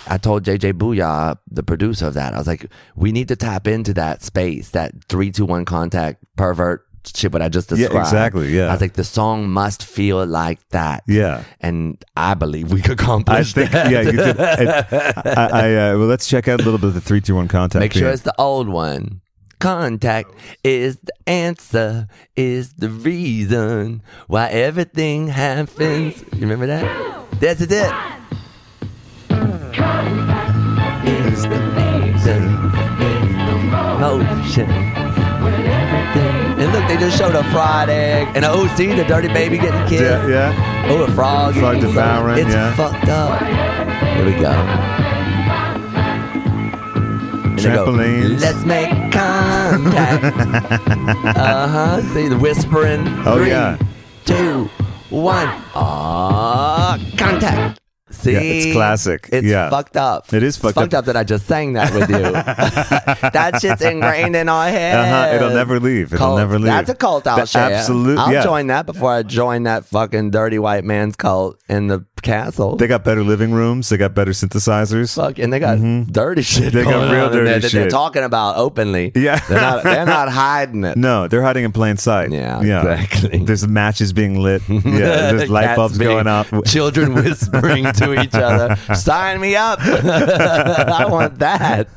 I told JJ Booyah, the producer of that, I was like, we need to tap into that space, that three to one contact pervert shit, what I just
Yeah,
described.
exactly, yeah.
I was like, the song must feel like that.
Yeah.
And I believe we could
I
accomplish
think.
that.
Yeah. You did. I, I, I, uh, well, let's check out a little bit of the three, two, one contact.
Make sure
here.
it's the old one. Contact is the answer, is the reason why everything happens. you remember that? That's it. Is the reason, is the motion. And look, they just showed a fried egg and an OC, the dirty baby getting kissed.
Yeah, yeah.
Oh, a frog.
Frog
eating
devouring,
something. It's
yeah.
fucked up. Here we go. And they go,
Trampolines.
Let's make contact. uh huh. See the whispering.
Oh,
Three,
yeah.
Two, one. Ah, contact. See,
Yeah, it's classic.
It's
Yeah.
fucked up.
It is
It's
fucked
fucked
up.
up. that I just sang that with you. that shit's ingrained in our head.
Uh-huh. It'll never leave. It'll
Cult.
never leave.
That's a cult I'll
That-
share.
absolute-
I'll
yeah.
join that before I join that fucking dirty white man's cult in the castle.
They got better living rooms. They got better synthesizers.
Fuck, and they got dirty shit.
Mm-hmm. They got
going
real
on in there
dirty
that They're
shit.
talking about openly.
Yeah.
they're not, they're not hiding it.
No, they're hiding in plain sight.
Yeah, exactly.
There's matches being lit. Yeah, there's light
Cats
bulbs
being-
going up.
Children whispering to each other. Sign me up. I want that.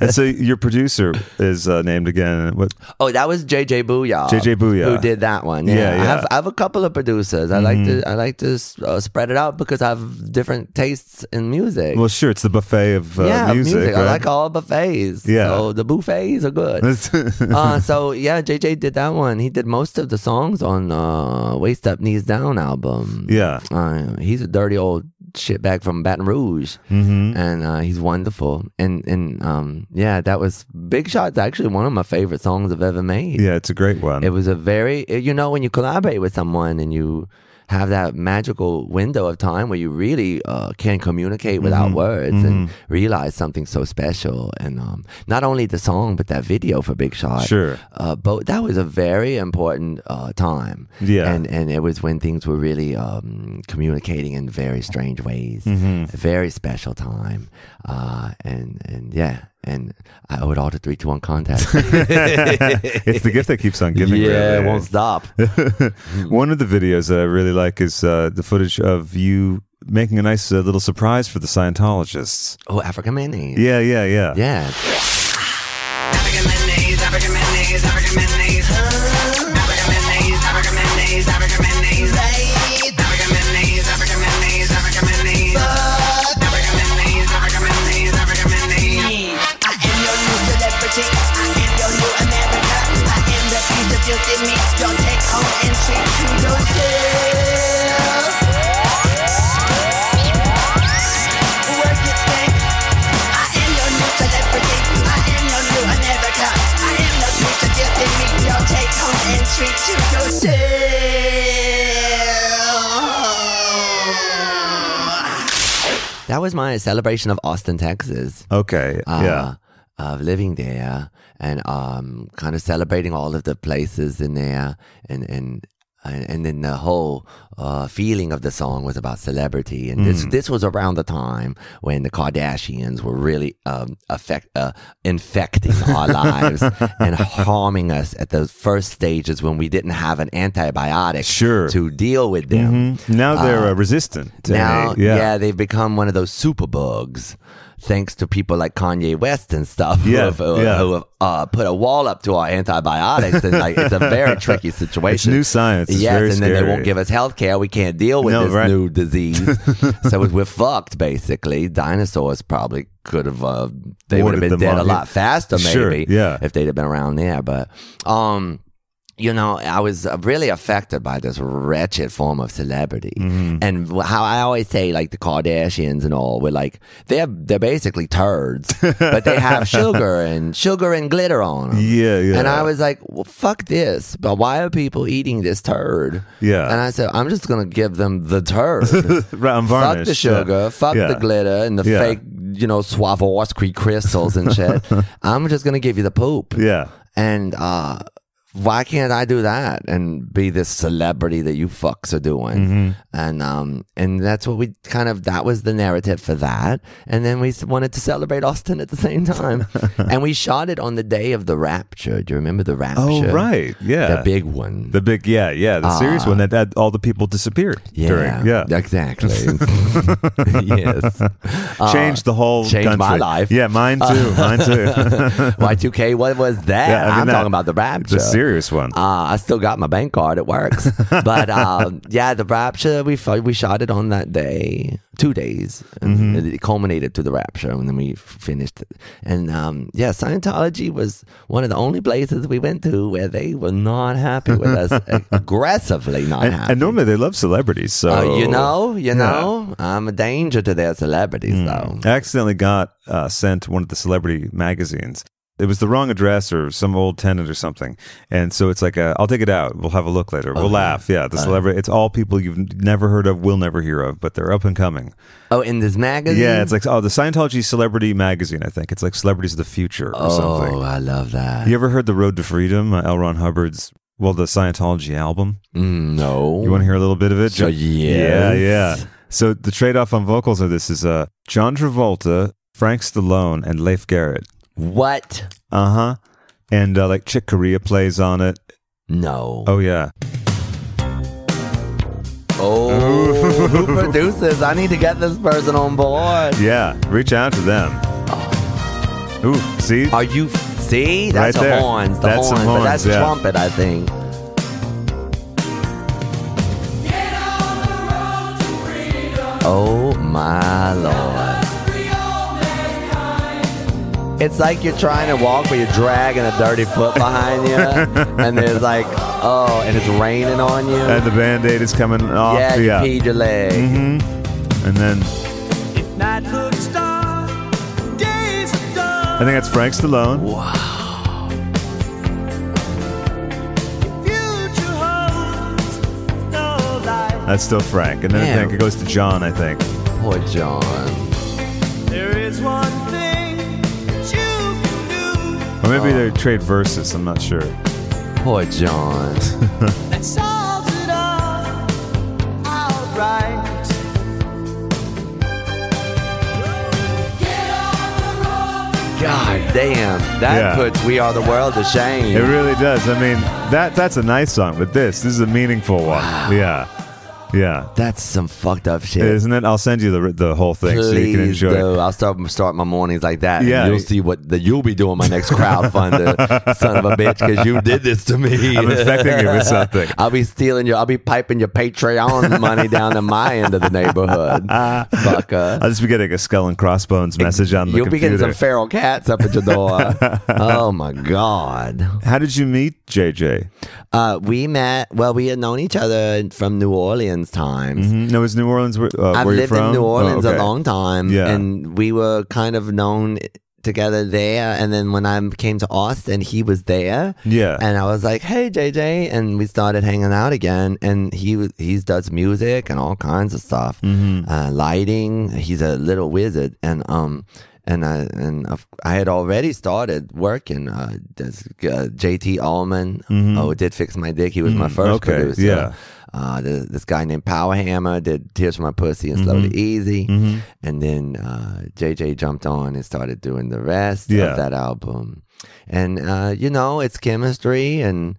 And so your producer is uh, named again. What?
Oh, that was JJ Booyah.
J.J. Booyah.
Who did that one? Yeah,
Yeah, Mm-hmm.
I,
yeah.
have, I have a couple of producers. I like to I like to uh, spread it out because I have different tastes in music.
Well, sure, it's the buffet of uh,
yeah,
music.
I
right?
like all buffets.
Yeah.
so the buffets are good. uh, so yeah, JJ did that one. He did most of the songs on uh, "Waist Up, Knees Down" album.
yeah.
Uh, he's a dirty old shitbag from Baton Rouge, mm-hmm. and uh, he's wonderful. And and um, yeah, that was Big Shot's actually one of my favorite songs I've ever made.
Yeah, it's a great one.
It was a very, you know, when you collaborate with someone and you have that magical window of time where you really uh, can communicate without
Mm-hmm.
words and realize something so special. And um, not only the song, but that video for Big Shot.
Sure.
Uh, but that was a very important uh, time.
Yeah.
And, and it was when things were really um, communicating in very strange ways.
Mm-hmm.
A very special time. Uh, and, and yeah. And I owe it all to 321 Contact.
it's the gift that keeps on giving.
yeah,
really.
it won't stop.
One of the videos that I really like is uh, the footage of you making a nice uh, little surprise for the Scientologists.
Oh, African mayonnaise.
Yeah, yeah, yeah.
Yeah.
African mayonnaise, African mayonnaise, African mayonnaise. African mayonnaise, African mayonnaise, African mayonnaise. African mayonnaise, African mayonnaise, African mayonnaise. African mayonnaise, African mayonnaise, African mayonnaise. I am your new celebrity. I am your new America. I am the piece of guilty meat. Don't take home and treat to yourself. Work it back. I am your new celebrity. I am your new America. I am the future deal to me. Don't take home and treat to yourself.
That was my celebration of Austin, Texas.
Okay.
Uh,
yeah.
Of living there and um, kind of celebrating all of the places in there. And, and, and, and then the whole uh, feeling of the song was about celebrity. And
Mm.
this, this was around the time when the Kardashians were really um, affect, uh, infecting our lives and harming us at those first stages when we didn't have an antibiotic
Sure.
to deal with them.
Mhm. Now they're uh, resistant. to
Now,
hate.
yeah.
yeah.
they've become one of those superbugs, thanks to people like Kanye West and stuff who
Yeah,
have, uh,
yeah.
who have uh, put a wall up to our antibiotics. And like, it's a very tricky situation.
new science. It's
yes,
very
and then
scary.
they won't give us health care. We can't deal with
No,
this
right.
new disease. so we're fucked, basically. Dinosaurs probably could have, uh, they would
Warded
have been
them
dead
off.
a lot faster, maybe,
Sure, yeah.
if they'd have been around there. But, um, you know, I was uh, really affected by this wretched form of celebrity,
Mm-hmm.
and wh- how I always say, like the Kardashians and all, we're like they're they're basically turds, but they have sugar and sugar and glitter on them.
Yeah, yeah.
And I was like, well, fuck this. But why are people eating this turd?
Yeah.
And I said, I'm just gonna give them the turd.
Right, I'm
Fuck the
varnished. Yeah.
sugar, fuck
Yeah.
the glitter and the
Yeah.
fake, you know, Swarovski crystals and shit. I'm just gonna give you the poop
Yeah.
and uh why can't I do that and be this celebrity that you fucks are doing?
Mm-hmm.
And um, and that's what we kind of that was the narrative for that. And then we s- wanted to celebrate Austin at the same time, and we shot it on the day of the Rapture. Do you remember the Rapture?
Oh, right. Yeah.
the big one.
The big, yeah, yeah, the serious one that, that all the people disappeared
yeah,
during. Yeah.
exactly. yes, Uh,
changed the whole
changed my
country.
life.
Yeah, mine too. mine too.
Y2K. What was that?
Yeah, I mean,
I'm
that-
talking about the Rapture.
the serious one.
Uh, I still got my bank card. It works. but um, yeah, the rapture, we fo- we shot it on that day, two days.
Mm-hmm.
And It culminated to the rapture, and then we f- finished it. And um, yeah, Scientology was one of the only places we went to where they were not happy with us, ag- aggressively not
and,
happy.
and normally they love celebrities, so
Uh, you know, you
Yeah. Mm.
know, I'm a danger to their celebrities, though.
Hmm. I accidentally got uh, sent one of the celebrity magazines. It was the wrong address or some old tenant or something, and so it's like, uh, I'll take it out. We'll have a look later. We'll laugh. Oh, Yeah, the celebrity. It's all people you've never heard of, will never hear of, but they're up and coming.
Oh, in this magazine?
Yeah, it's like oh, the Scientology Celebrity Magazine. I think it's like Celebrities of the Future or
oh,
something.
I love that.
You ever heard the Road to Freedom? Uh, L. Ron Hubbard's well, the Scientology album.
Mm, no.
You want to hear a little bit of it?
So,
Jo- yeah,
yes.
yeah. So the trade-off on vocals of this is uh, John Travolta, Frank Stallone, and Leif Garrett.
what?
Uh huh. And uh, like Chick Corea plays on it.
No.
Oh yeah.
Oh, who produces? I need to get this person on board.
Yeah. Reach out to them. Ooh, see?
Are you see?
Right
That's the
there.
horns. The
That's some
horns. but
horns,
that's
yeah.
trumpet, I think. Oh my lord. It's like you're trying to walk, but you're dragging a dirty foot behind you, and there's like, oh, and it's raining on you.
And the Mm-hmm. band aid is coming off.
yeah, you peed your leg.
And then I think that's Frank Stallone. Wow. That's still Frank. And then I
Yeah.
think it goes to John, I think.
Poor John.
Or maybe
Oh.
they trade verses, I'm not sure.
Poor John. God damn, that
Yeah.
puts We Are the World to shame.
It really does. I mean, that that's a nice song, but this, this is a meaningful one. Yeah. Yeah.
That's some fucked up shit.
Isn't it? I'll send you the, the whole thing so you can
Please
enjoy
do.
it.
I'll start start my mornings like that. and
Yeah.
you'll see what the, you'll be doing my next crowdfunder, son of a bitch, because you did this to me.
I'm infecting you with something.
I'll be stealing your. I'll be piping your Patreon money down to my end of the neighborhood. Fucker.
I'll just be getting a skull and crossbones message on the
You'll be
computer.
getting some feral cats up at your door. oh my god.
How did you meet JJ?
Uh, we met. Well, we had known each other from New Orleans times.
Mhm. No, is New Orleans where, uh,
I've
where
lived
you're from?
in New
Oh,
Orleans
okay.
a long time,
Yeah.
and we were kind of known together there. And then when I came to Austin, he was there,
Yeah.
and I was like, "Hey, JJ," and we started hanging out again. And he was- he does music and all kinds of stuff,
Mm-hmm.
uh, lighting. He's a little wizard, and um. And I and of- I had already started working. Uh, this, uh, JT Allman,
Mm-hmm.
oh, did fix my dick. He was my first
Okay,
producer.
yeah.
Uh, th- this guy named Power Hammer did Tears from My Pussy and
Mm-hmm.
Slow to Easy. And then uh, JJ jumped on and started doing the rest
Yeah.
of that album. And, uh, you know, it's chemistry and.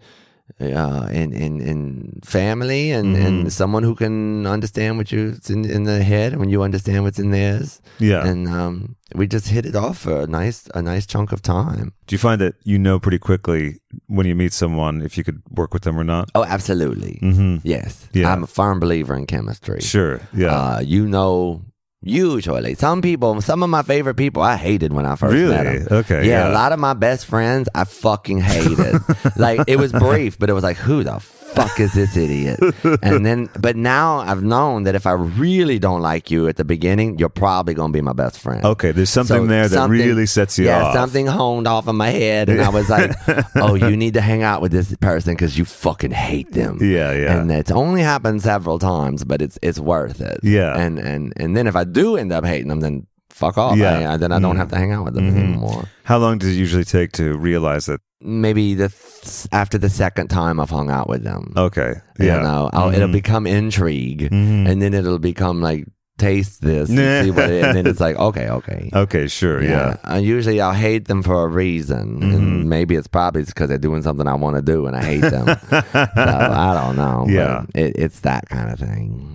Uh, and, and, and family and,
Mm-hmm.
and someone who can understand what you what's in, in the head when you understand what's in theirs
Yeah.
and um, we just hit it off for a nice a nice chunk of time
Do you find that you know pretty quickly when you meet someone if you could work with them or not?
oh absolutely mm-hmm. yes
Yeah.
I'm a firm believer in chemistry
Sure. Yeah.
Uh, you know, usually some people, some of my favorite people, I hated when I first
Really?
met 'em.
Okay,
Yeah,
yeah.
a lot of my best friends, I fucking hated. like it was brief, but it was like, who the fuck is this idiot? And then, but now I've known that if I really don't like you at the beginning, you're probably gonna be my best friend.
okay. There's something
So
there that
something-
really sets you
yeah,
off.
something honed off of my head, and I was like, "Oh, you need to hang out with this person because you fucking hate them."
Yeah, yeah.
And it's only happened several times, but it's it's worth it.
Yeah.
and and and then if I do end up hating them, then fuck off.
Yeah. Mm-hmm.
I, I- then I don't have to hang out with them anymore.
How long does it usually take to realize that
maybe the th- after the second time I've hung out with them.
Okay.
You
Oh, Yeah. Mm-hmm.
know, I'll, it'll
Mhm.
become intrigue, and then it'll become like taste this,
Yeah.
and, see what it, and then it's like okay, okay,
Okay, sure. Yeah. Mm-hmm.
And Uh, usually I'll hate them for a reason, and maybe it's probably because they're doing something I want to do, and I hate them. so I don't know. but
Yeah.
it, it's that kind of thing.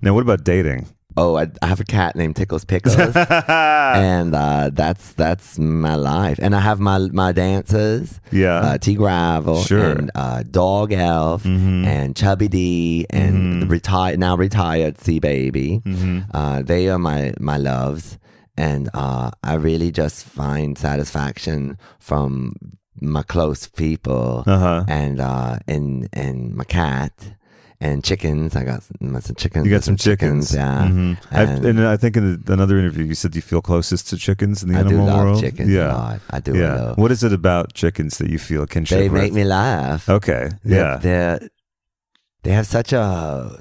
Now, what about dating?
Oh, I, I have a cat named Tickles Pickles.
yeah.
and uh, that's that's my life. And I have my my dancers, uh, T Gravel,
Sure.
and uh, Dog Elf,
Mhm.
and Chubby D, and
Mm-hmm.
retired now retired C Baby.
Mhm.
Uh, they are my my loves, and uh, I really just find satisfaction from my close people
Uh-huh.
and uh, and and my cat. And chickens, I got some, some chickens.
You got some chickens.
yeah.
Mhm. I,
Uh, And-
and I think in another interview, you said you feel closest to chickens in the
I do
animal
love
world.
chickens a
Yeah.
lot. I do
Yeah.
love-
What is it about chickens that you feel kinship
They
with?
make me laugh.
okay. Oh,
They're-
Yeah.
They're, they have such a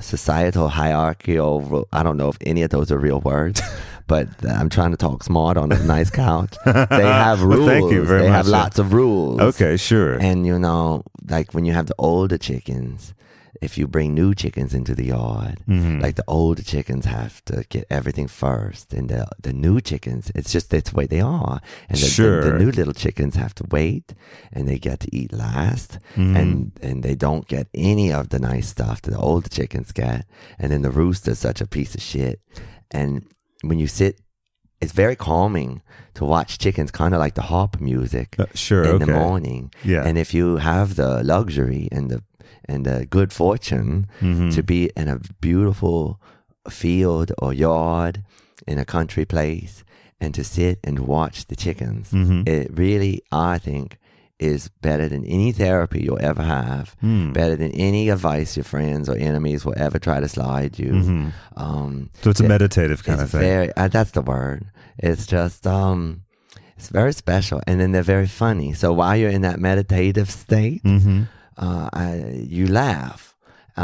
societal hierarchical. ro- I don't know if any of those are real words, but I'm trying to talk smart on a nice couch. They have
Well,
rules.
thank you very
they have
much.
lots of rules.
Okay, sure.
And you know, like when you have the older chickens, if you bring new chickens into the yard,
Mm-hmm.
like the older chickens have to get everything first, and the the new chickens, it's just that's the way they are. And the, the- the,
Sure.
new little chickens have to wait, and they get to eat last,
Mm-hmm.
and and they don't get any of the nice stuff that the older chickens get. And then the rooster's such a piece of shit. And when you sit. It's very calming to watch chickens, kind of like the harp music
Uh, sure,
in
okay.
the morning.
Yeah.
And if you have the luxury and the and the good fortune
Mm-hmm.
to be in a beautiful field or yard in a country place and to sit and watch the chickens,
Mm-hmm.
it really I think is better than any therapy you'll ever have,
Hmm.
better than any advice your friends or enemies will ever try to slide you.
Mm-hmm.
Um,
so it's a meditative kind of
it's
thing.
Very, uh, that's the word. It's just um, it's very special, and then they're very funny. So while you're in that meditative state, uh, I, you laugh.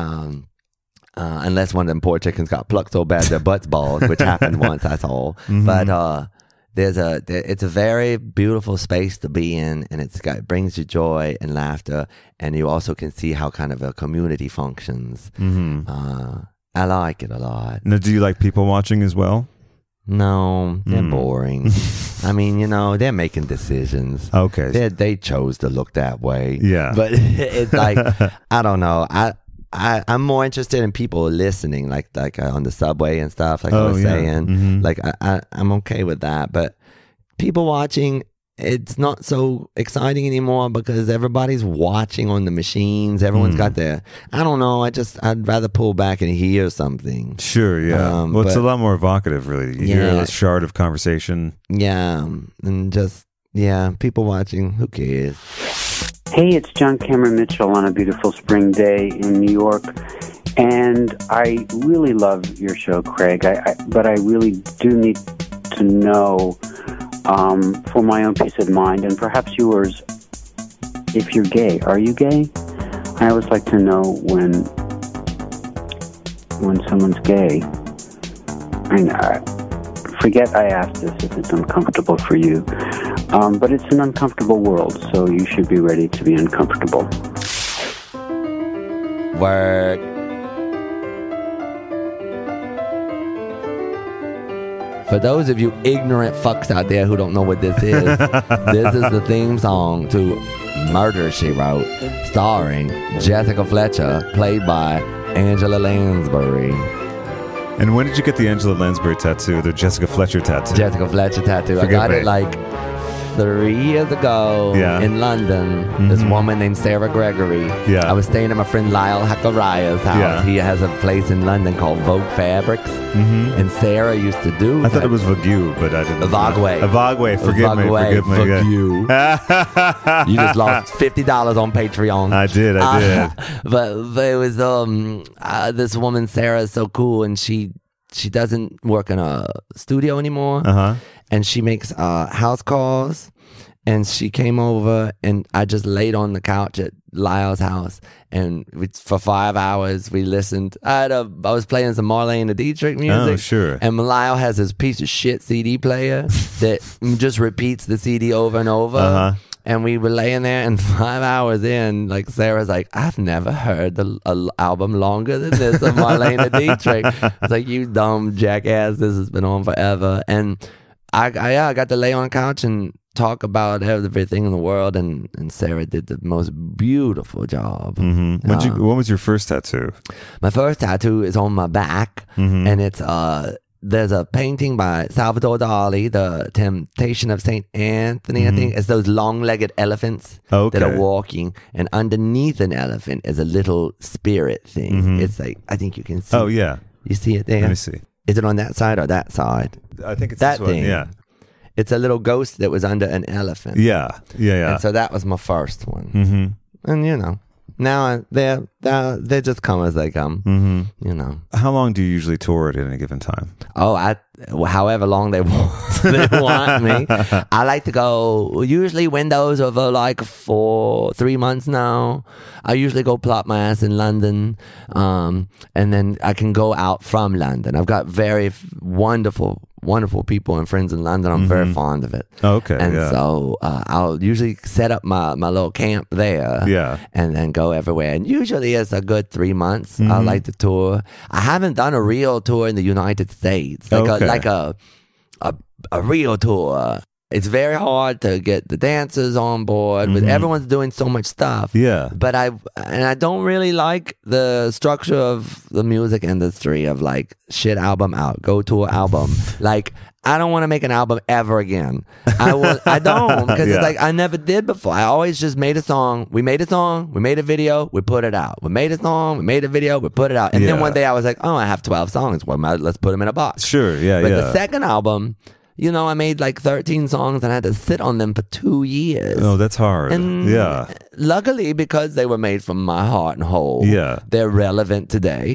Um, uh, unless one of them poor chickens got plucked so bad their butts balled, which happened once, that's all. But uh, there's a, there- it's a very beautiful space to be in, and it's got brings you joy and laughter, and you also can see how kind of a community functions. Uh, I like it a lot.
now, do you like people watching as well?
No, they're
Hmm.
boring. I mean, you know, they're making decisions.
Okay.
They they chose to look that way.
Yeah.
But it's like I don't know. I I, I'm more interested in people listening, like like uh, on the subway and stuff. Like I
Oh,
was
yeah.
saying,
Mhm.
like I, I I'm okay with that. But people watching, it's not so exciting anymore because everybody's watching on the machines.
Hmm.
Everyone's got their. I don't know. I just I'd rather pull back and hear something.
Sure, yeah.
Um,
well, it's a
but-
lot more evocative, really. You hear
Yeah.
this shard of conversation.
Yeah, and just yeah, people watching. Who cares?
Hey, it's John Cameron Mitchell on a beautiful spring day in New York. And I really love your show, Craig, I, I, but I really do need to know um, for my own peace of mind and perhaps yours if you're gay. Are you gay? I always like to know when when someone's gay. And I forget I asked this if it's uncomfortable for you, um, but it's an uncomfortable world, so you should be ready to be uncomfortable.
Work. For those of you ignorant fucks out there who don't know what this is, this is the theme song to Murder She Wrote, starring Jessica Fletcher, played by Angela Lansbury.
And when did you get the Angela Lansbury tattoo, the Jessica Fletcher tattoo?
Jessica Fletcher tattoo.
Forget
I got
me.
it like three years ago
Yeah. Mm-hmm.
in London. This woman named Sarah Gregory.
Yeah.
I was staying at my friend Lyle Hakaraya's house.
Yeah.
He has a place in London called Vogue Fabrics. Mm-hmm. And Sarah used to do
I thought
that.
it was Vague, but I didn't.
Vagwe.
Vagwe, forgive me,
Vagwe,
forgive me.
fuck
yeah.
you. You just lost fifty dollars on Patreon.
I did, I did.
Uh, Ah. But, but it was um uh, this woman Sarah is so cool, and she she doesn't work in a studio anymore,
Uh-huh.
and she makes uh house calls. And she came over, and I just laid on the couch at Lyle's house, and we, for five hours we listened. I had a, I was playing some Marlene the Dietrich music.
Oh, sure.
And Lyle has this piece of shit CD player that just repeats the CD over and over.
Uh-huh.
And we were laying there, and five hours in, like Sarah's like, I've never heard the a l- album longer than this of Marlena Dietrich. It's like, you dumb jackass, this has been on forever. And I, I, yeah, I got to lay on a couch and talk about everything in the world, and, and Sarah did the most beautiful job.
Mm-hmm. When'd you, when was your first tattoo?
My first tattoo is on my back,
Mm-hmm.
and it's uh there's a painting by Salvador Dali, The Temptation of Saint Anthony. I think it's those long-legged elephants that
Mm-hmm. Okay.
are walking, and underneath an elephant is a little spirit thing. It's like I think you can see.
Mm-hmm. Oh yeah.
you see it there.
Let me see.
Is it on that side or that side?
I think it's
That
this one.
thing.
Yeah.
It's a little ghost that was under an elephant.
Yeah. Yeah. Yeah.
And so that was my first one. Mm-hmm. And you know, now I- they're, they're they just come as they come. Mm-hmm. You know.
How long do you usually tour at any given time?
Oh, I well, however long they want, they want me. I like to go usually windows over like four, three months now. I usually go plop my ass in London, um, and then I can go out from London. I've got very f- wonderful, wonderful people and friends in London. I'm very fond of it.
Mm-hmm. Okay,
and
yeah.
so uh, I'll usually set up my my little camp there.
Yeah.
and then go everywhere. And usually it's a good three months. I
Mm-hmm.
like to tour. I haven't done a real tour in the United States, like
Okay.
a like a a a real tour. It's very hard to get the dancers on board, with everyone's doing so much stuff.
Mm-hmm. Yeah.
but I and I don't really like the structure of the music industry of like shit album out, go tour album. like I don't want to make an album ever again. I will, I don't because
Yeah.
it's like I never did before. I always just made a song. We made a song. We made a video. We put it out. We made a song. We made a video. We put it out. And
Yeah.
then one day I was like, oh, I have twelve songs. Well, my- let's put them in a box.
Sure. Yeah.
But
yeah.
the second album, you know, I made like thirteen songs and I had to sit on them for two years.
oh, that's hard.
And
yeah.
Luckily, because they were made from my heart and whole,
Yeah.
they're relevant today.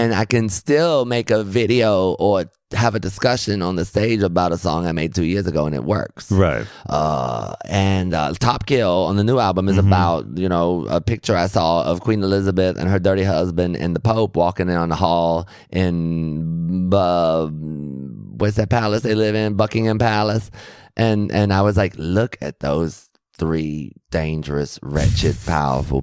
And I can still make a video or have a discussion on the stage about a song I made two years ago and it works.
Right.
Uh, and uh, Top Kill on the new album
Mm-hmm.
is about, you know, a picture I saw of Queen Elizabeth and her dirty husband and the Pope walking in on the hall in, uh, what's that palace they live in? Buckingham Palace. And, and I was like, look at those three dangerous, wretched, powerful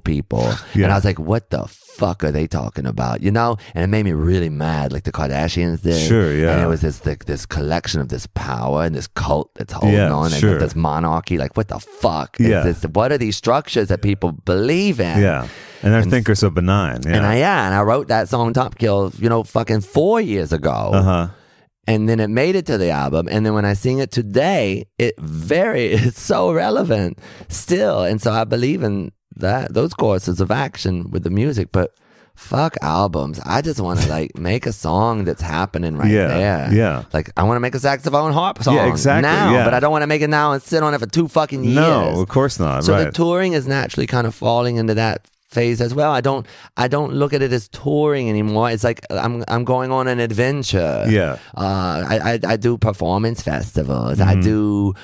people. And
Yeah.
I was like, what the fuck are they talking about? You know? And it made me really mad, like the Kardashians did.
Sure, yeah.
And it was this, like, this collection of this power and this cult that's holding
Yeah,
on and
sure.
this monarchy. Like, what the fuck
Yeah.
is this? What are these structures that people believe in?
Yeah. And I think are so benign. Yeah.
And I yeah, and I wrote that song Top Kill, you know, fucking four years ago.
uh huh.
And then it made it to the album. And then when I sing it today, it very it's so relevant still. And so I believe in that those courses of action with the music, but fuck albums. I just want to like make a song that's happening right
Yeah,
there.
yeah.
Like I want to make a saxophone harp song
exactly,
now,
yeah.
but I don't want to make it now and sit on it for two fucking years.
No, Oh, of course not.
So the
right.
touring is naturally kind of falling into that phase as well. I don't I don't look at it as touring anymore. It's like I'm I'm going on an adventure.
Yeah.
Uh, I, I I do performance festivals.
Mm-hmm.
I do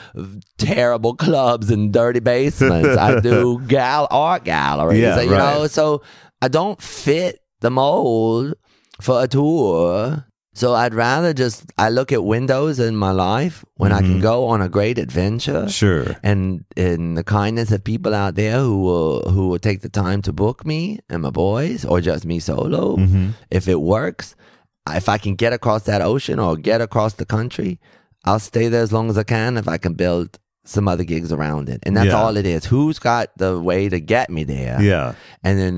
terrible clubs and dirty basements. I do gal art galleries. Uh,
Yeah,
you know,
right.
so I don't fit the mold for a tour. So I'd rather just I look at windows in my life when I
Mm-hmm.
can go on a great adventure
sure.
and and the kindness of people out there who will who will take the time to book me and my boys or just me solo
Mm-hmm.
if it works if i can get across that ocean or get across the country i'll stay there as long as i can if i can build some other gigs around it and that's
Yeah.
all it is who's got the way to get me there
Yeah.
and then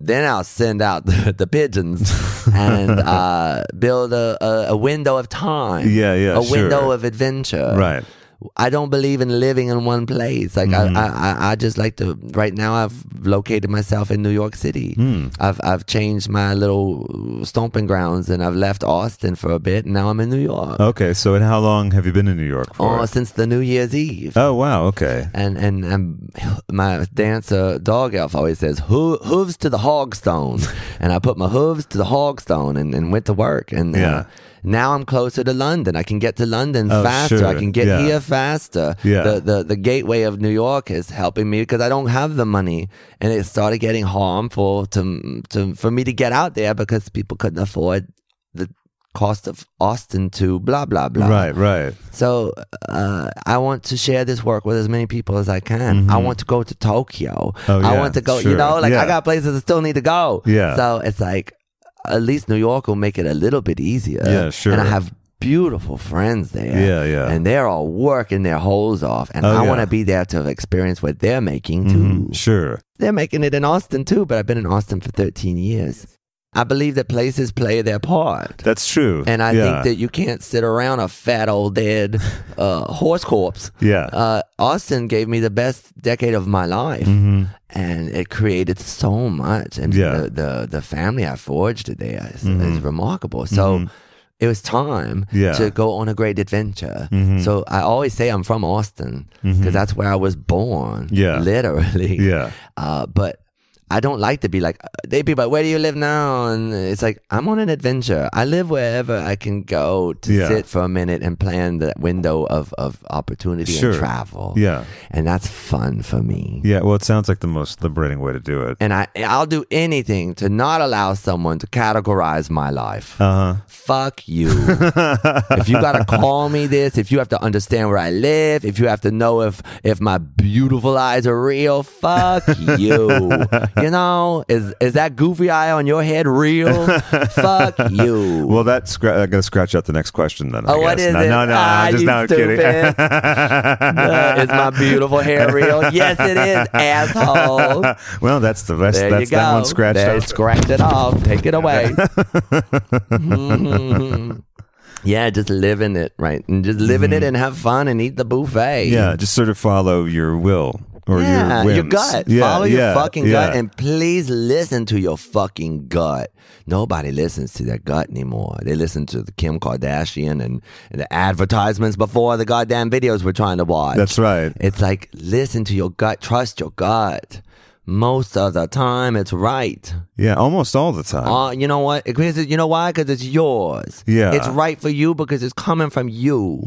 then I'll send out the, the pigeons and uh, build a, a, a window of time.
Yeah, yeah,
A window
sure.
of adventure.
Right.
I don't believe in living in one place. Like I, I, I, I just like to. Right now, I've located myself in New York City. I've I've changed my little stomping grounds, and I've left Austin for a bit. And now I'm in New York.
Okay. So, and how long have you been in New York for?
Oh, since the New Year's Eve.
Oh, wow. Okay.
And, and and my dancer dog elf always says Hoo- hooves to the hogstone, and I put my hooves to the hogstone and, and went to work. And uh,
Yeah.
now I'm closer to London. I can get to London
Oh,
faster. I
sure.
can get
Yeah.
here faster.
Yeah.
The, the the gateway of New York is helping me because I don't have the money, and it started getting harmful to to for me to get out there because people couldn't afford the cost of Austin to blah blah blah.
Right, right.
So uh, I want to share this work with as many people as I can. I want to go to Tokyo.
Mm-hmm. Oh,
I
yeah,
want to go.
sure.
You know, like
Yeah.
I got places I still need to go.
Yeah.
So it's like at least New York will make it a little bit easier.
Yeah, sure.
And I have beautiful friends there.
Yeah, yeah.
And they're all working their holes off, and
Oh,
I
yeah. Mm-hmm.
want to be there to experience what they're making too.
Sure.
They're making it in Austin too, but I've been in Austin for 13 years. I believe that places play their part.
That's true.
And I
yeah.
think that you can't sit around a fat old dead uh, horse corpse.
Yeah.
Uh, Austin gave me the best decade of my life, and it created so much. And
Mm-hmm. Yeah. Mm-hmm.
the, the the family I forged there is, is remarkable. So. It was time
Yeah. Mm-hmm.
to go on a great adventure. So I always say I'm from Austin because that's where I was born.
Yeah.
Literally.
Yeah.
Uh, but I don't like to be like, uh, they be like, where do you live now? And it's like, I'm on an adventure. I live wherever I can go to
Yeah.
sit for a minute and plan the window of, of opportunity
Sure.
and travel.
Yeah.
And that's fun for me.
yeah. Well, it sounds like the most liberating way to do it.
And I, I'll do anything to not allow someone to categorize my life.
Uh huh.
Fuck you. if you gotta call me this, if you have to understand where I live, if you have to know if if my beautiful eyes are real, fuck you. You know, is is that goofy eye on your head real? fuck you.
Well, that's scra- I'm gonna scratch out the next question then. I
Oh, what
guess.
is
no,
it?
No, no,
Ah,
I'm just
you
now kidding.
stupid. Uh, is my beautiful hair real? Yes, it is, asshole.
well, that's the best.
There
that's
you go.
that one scratched
There,
out.
Scratch it off. Take it away. Mhm. Yeah, just live in it, right? And just live in it and have fun and eat the buffet.
Mm-hmm. yeah, just sort of follow your will or
Yeah,
your
your,
whims.
gut.
Yeah,
Follow
yeah,
your fucking
yeah.
gut and please listen to your fucking gut. Nobody listens to their gut anymore. They listen to the Kim Kardashian and, and the advertisements before the goddamn videos we're trying to watch.
That's right.
It's like listen to your gut, trust your gut. Most of the time, it's right.
Yeah, almost all the time.
Uh, you know what? Because you know why? Because it's yours.
Yeah. Mm-hmm.
It's right for you because it's coming from you.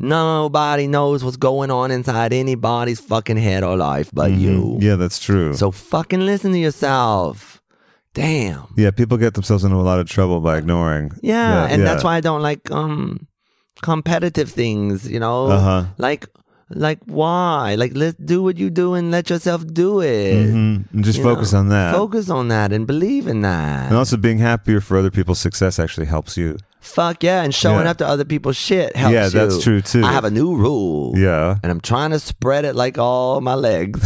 Nobody knows what's going on inside anybody's fucking head or life but you.
Mm-hmm. yeah, that's true.
So fucking listen to yourself. Damn.
yeah, people get themselves into a lot of trouble by ignoring.
Yeah, and
yeah.
that's why I don't like um competitive things, you know?
Uh-huh.
Like like why? Like let's do what you do and let yourself do it.
Mhm. And just
You
focus
know?
on that.
Focus on that and believe in that.
And also, being happier for other people's success actually helps you.
Fuck yeah, and showing
Yeah.
up to other people's shit helps
Yeah,
you.
that's true, too.
I have a new rule.
Yeah.
And I'm trying to spread it like all my legs.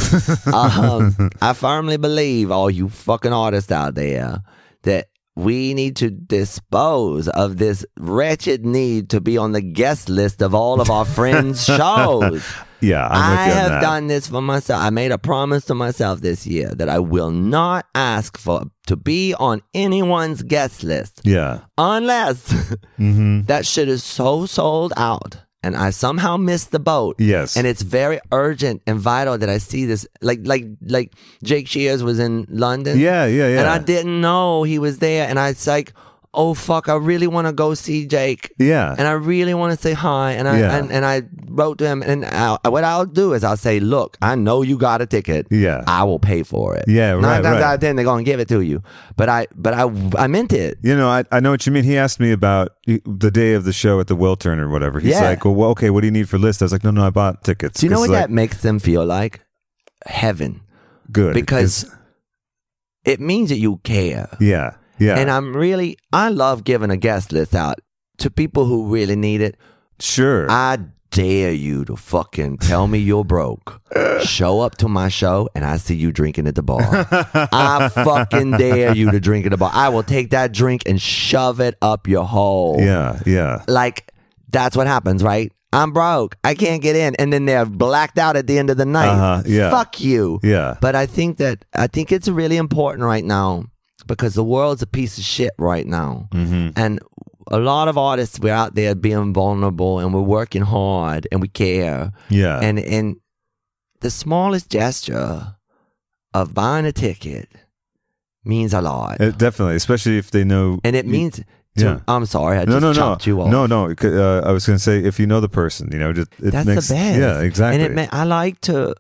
um, I firmly believe, all you fucking artists out there, that we need to dispose of this wretched need to be on the guest list of all of our friends' shows.
Yeah, I'm with
I
you on
have
that.
done this for myself. I made a promise to myself this year that I will not ask for to be on anyone's guest list
Yeah.
unless
Mm-hmm.
that shit is so sold out and I somehow missed the boat.
Yes.
And it's very urgent and vital that I see this. Like, like, like Jake Shears was in London.
Yeah, yeah, yeah.
And I didn't know he was there. And I was like, oh, fuck, I really want to go see Jake.
Yeah.
And I really want to say hi. And I,
Yeah.
and, and I wrote to him. And I, what I'll do is I'll say, look, I know you got a ticket.
Yeah.
I will pay for it.
Yeah,
Nine
right,
times
right.
out of ten, they're going to give it to you. But I, but I, I meant it.
You know, I, I know what you mean. He asked me about the day of the show at the Wiltern or whatever. He's
Yeah.
like, well, well, okay, what do you need for list? I was like, no, no, I bought tickets.
Do you know
'Cause,
what
like,
that makes them feel like? Heaven.
Good.
Because it means that you care.
yeah, yeah,
And I'm really, I love giving a guest list out to people who really need it.
sure.
I dare you to fucking tell me you're broke. Show up to my show and I see you drinking at the bar. I fucking dare you to drink at the bar. I will take that drink and shove it up your hole
yeah, yeah,
like that's what happens, right? I'm broke. I can't get in, and then they're blacked out at the end of the night.
Uh-huh, yeah.
Fuck you.
Yeah.
But I think that I think it's really important right now because the world's a piece of shit right now,
Mm-hmm.
and a lot of artists we're out there being vulnerable and we're working hard and we care.
yeah.
And and the smallest gesture of buying a ticket means a lot,
It definitely, especially if they know.
and it
you-
means. To,
Yeah.
I'm sorry, I
no,
just
no, no,
chopped you off.
no, no. c- Uh, I was going to say if you know the person, you know, just it
That's
makes
the best.
yeah, exactly.
And it ma- I like to,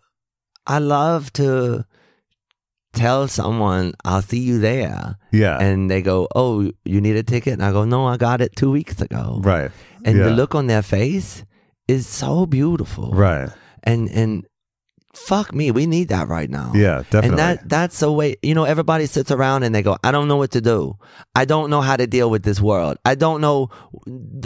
I love to tell someone, I'll see you there.
Yeah.
And they go, Oh, you need a ticket? And I go, No, I got it two weeks ago.
Right.
And
Yeah.
the look on their face is so beautiful.
Right.
And, and, Fuck me, we need that right now.
Yeah, definitely.
And that that's the way you know everybody sits around and they go, I don't know what to do. I don't know how to deal with this world. I don't know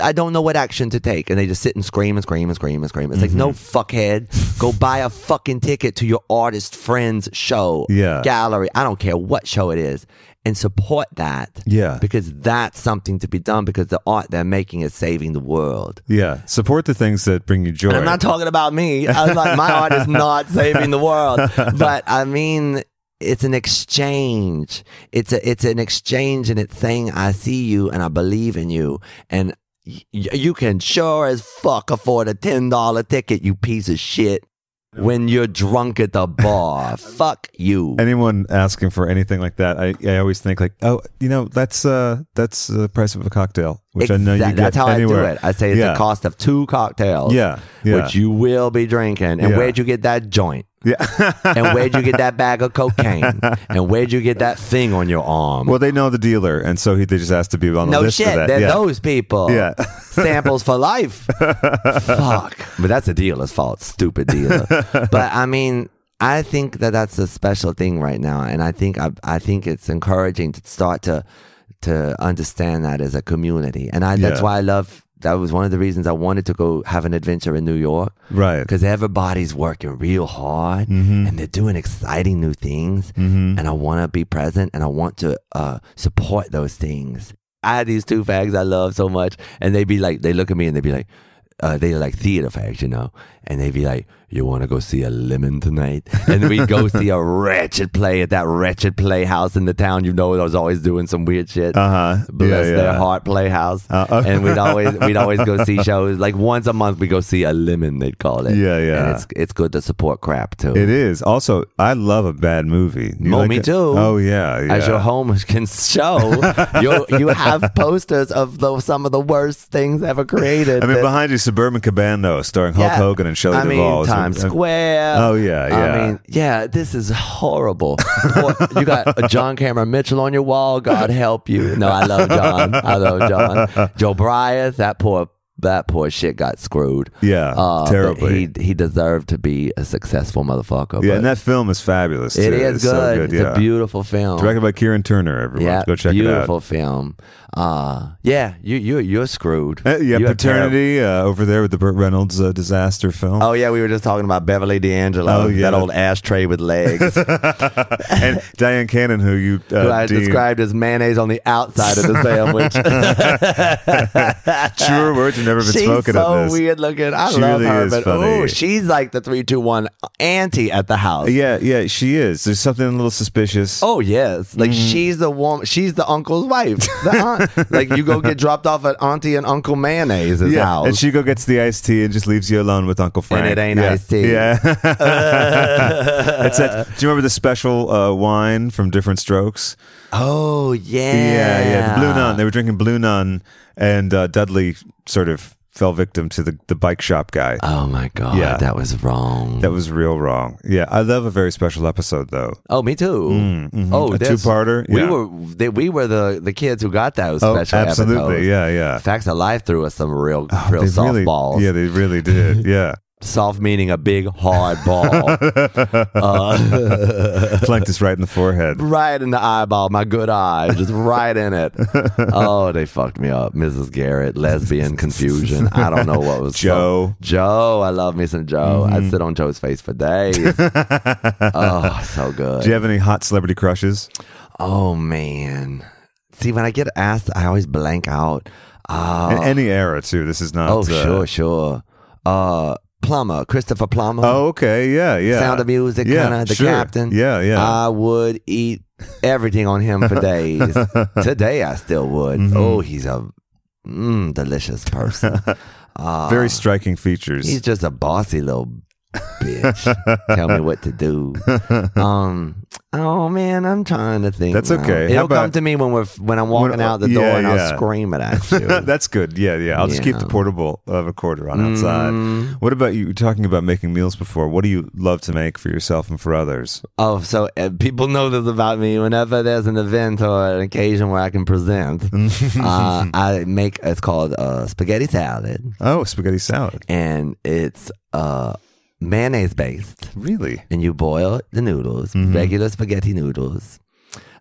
I don't know what action to take. And they just sit and scream and scream and scream and scream. It's
Mm-hmm.
like no fuckhead. Go buy a fucking ticket to your artist friend's show.
Yeah.
Gallery. I don't care what show it is. And support that.
Yeah.
Because that's something to be done because the art they're making is saving the world.
Yeah. Support the things that bring you joy.
And I'm not talking about me. I was like, my art is not saving the world. But I mean, it's an exchange. It's a it's an exchange, and it's saying, I see you, and I believe in you, and y- you can sure as fuck afford a ten dollar ticket, you piece of shit. When you're drunk at the bar, fuck you.
Anyone asking for anything like that, I, I always think like, oh, you know, that's uh that's the price of a cocktail, which I know you
Exact-
get
That's how
anywhere.
I do it. I say it's
yeah.
the cost of two cocktails,
Yeah, yeah.
which you will be drinking. And
Yeah.
where'd you get that joint?
Yeah.
and where'd you get that bag of cocaine? And where'd you get that thing on your arm?
well, they know the dealer, and so he, they just asked to be on the
no
list
shit,
for that.
they're
yeah.
those people.
Yeah.
Samples for life. Fuck. But that's the dealer's fault, stupid dealer. but I mean, I think that that's a special thing right now, and I think I, I think it's encouraging to start to to understand that as a community, and I, that's
Yeah.
why I love. That was one of the reasons I wanted to go have an adventure in New York.
Right.
Because everybody's working real hard
Mm-hmm.
and they're doing exciting new things. And I want to be present and I want to uh, support those things. I had these two fags I love so much. And they be like, they look at me and they be like, uh, they like theater fags, you know? And they be like, you want to go see a lemon tonight? And we go see a wretched play at that wretched playhouse in the town. You know, I was always doing some weird shit.
Uh-huh.
Bless
Yeah,
their
yeah.
heart. Art Playhouse,
Uh, okay.
and we'd always we'd always go see shows. Like once a month, we go see a lemon. They'd call it.
Yeah, yeah.
And it's it's good to support crap too.
It is. Also, I love a bad movie. You
Well,
like
me
it?
too.
Oh yeah, yeah.
As your home can show, you you have posters of the, some of the worst things ever created.
I mean,
that-
behind you, Suburban Cabana, starring Hulk
Yeah.
Hogan and Shelley
I mean,
Duvall. is-
Times
uh,
Square.
Oh, yeah, yeah.
I mean, yeah, this is horrible. Boy, you got a John Cameron Mitchell on your wall. God help you. No, I love John. I love John. Joe Bryant, that poor that poor shit got screwed.
Yeah,
uh, but
terribly.
He he deserved to be a successful motherfucker.
Yeah,
but
and that film is fabulous.
it
too.
is
It's so
good.
good.
It's
yeah.
a beautiful film.
Directed by Kieran Turner. Everyone,
yeah,
go check it
beautiful
out.
film. Uh, yeah, you you you're screwed.
Uh, yeah,
You're terrible.
paternity uh, over there with the Burt Reynolds uh, disaster film.
Oh yeah, we were just talking about Beverly D'Angelo,
Oh, yeah. Oh,
that old ashtray with legs, who
and Diane Cannon, who you uh,
I
deemed-
described as mayonnaise on the outside of the sandwich.
truer words have never been
she's
spoken
so
of this.
weird looking. I
She
love
really
her,
is
but
funny.
ooh, she's like the three two one auntie at the house.
Yeah, yeah, she is. There's something a little suspicious.
Oh yes, like
Mm-hmm.
she's the woman. She's the uncle's wife. The aunt. like you go get dropped off at auntie and uncle mayonnaise's
yeah,
house.
and she go gets the iced tea and just leaves you alone with Uncle Frank.
it ain't
yeah.
iced tea.
Yeah, it's that. Do you remember the special uh, wine from Different Strokes?
oh yeah,
Yeah, yeah. The Blue Nun. They were drinking Blue Nun, and uh, Dudley sort of fell victim to the, the bike shop guy.
Oh my god,
Yeah.
that was wrong.
that was real wrong. Yeah, I love a very special episode though.
Oh, me too. Oh,
Mm, mm-hmm. A
that's-
two-parter?
We
Yeah.
were they, we were the the kids who got those
Oh,
special
absolutely.
episodes.
Yeah, yeah. Oh,
Facts of Life threw us some real real
They really-
softballs.
yeah, they really did. Yeah,
Soft meaning a big hard ball. Uh,
planked us right in the forehead.
right in the eyeball, my good eye, just right in it. Oh, they fucked me up. Mrs. Garrett, lesbian confusion. I don't know what was
Joe. Mm-hmm.
Joe, I love me some Joe. I sit on Joe's face for days. oh, so good.
Do you have any hot celebrity crushes?
Oh man. See, when I get asked, I always blank out.
In
Uh,
any era too. This is not.
oh,
uh,
sure, sure. Uh, Plummer, Christopher Plummer.
Oh, okay. Yeah, yeah.
Sound of Music,
Yeah,
kind of the
sure.
captain.
Yeah, yeah.
I would eat everything on him for days. Today, I still would.
Mm-hmm.
Oh, he's a mm, delicious person.
Very striking features.
Ah. He's just a bossy little bitch. Tell me what to do. Um, Oh man, I'm trying to think.
That's
now.
okay. How
It'll come
about-
to me when we're f- when I'm walking
When-
out the
yeah,
door and
yeah.
I'll scream it at you.
That's good. Yeah, yeah. I'll just keep the
Yeah. Mm.
portable uh, recorder on outside. What about you? you were talking about making meals before. What do you love to make for yourself and for others?
Oh, so uh, people know this about me. Whenever there's an event or an occasion where I can present, uh, I make it's called uh, spaghetti salad,
Oh, spaghetti salad.
and it's uh, mayonnaise based.
Really?
And you boil the noodles, regular spaghetti noodles,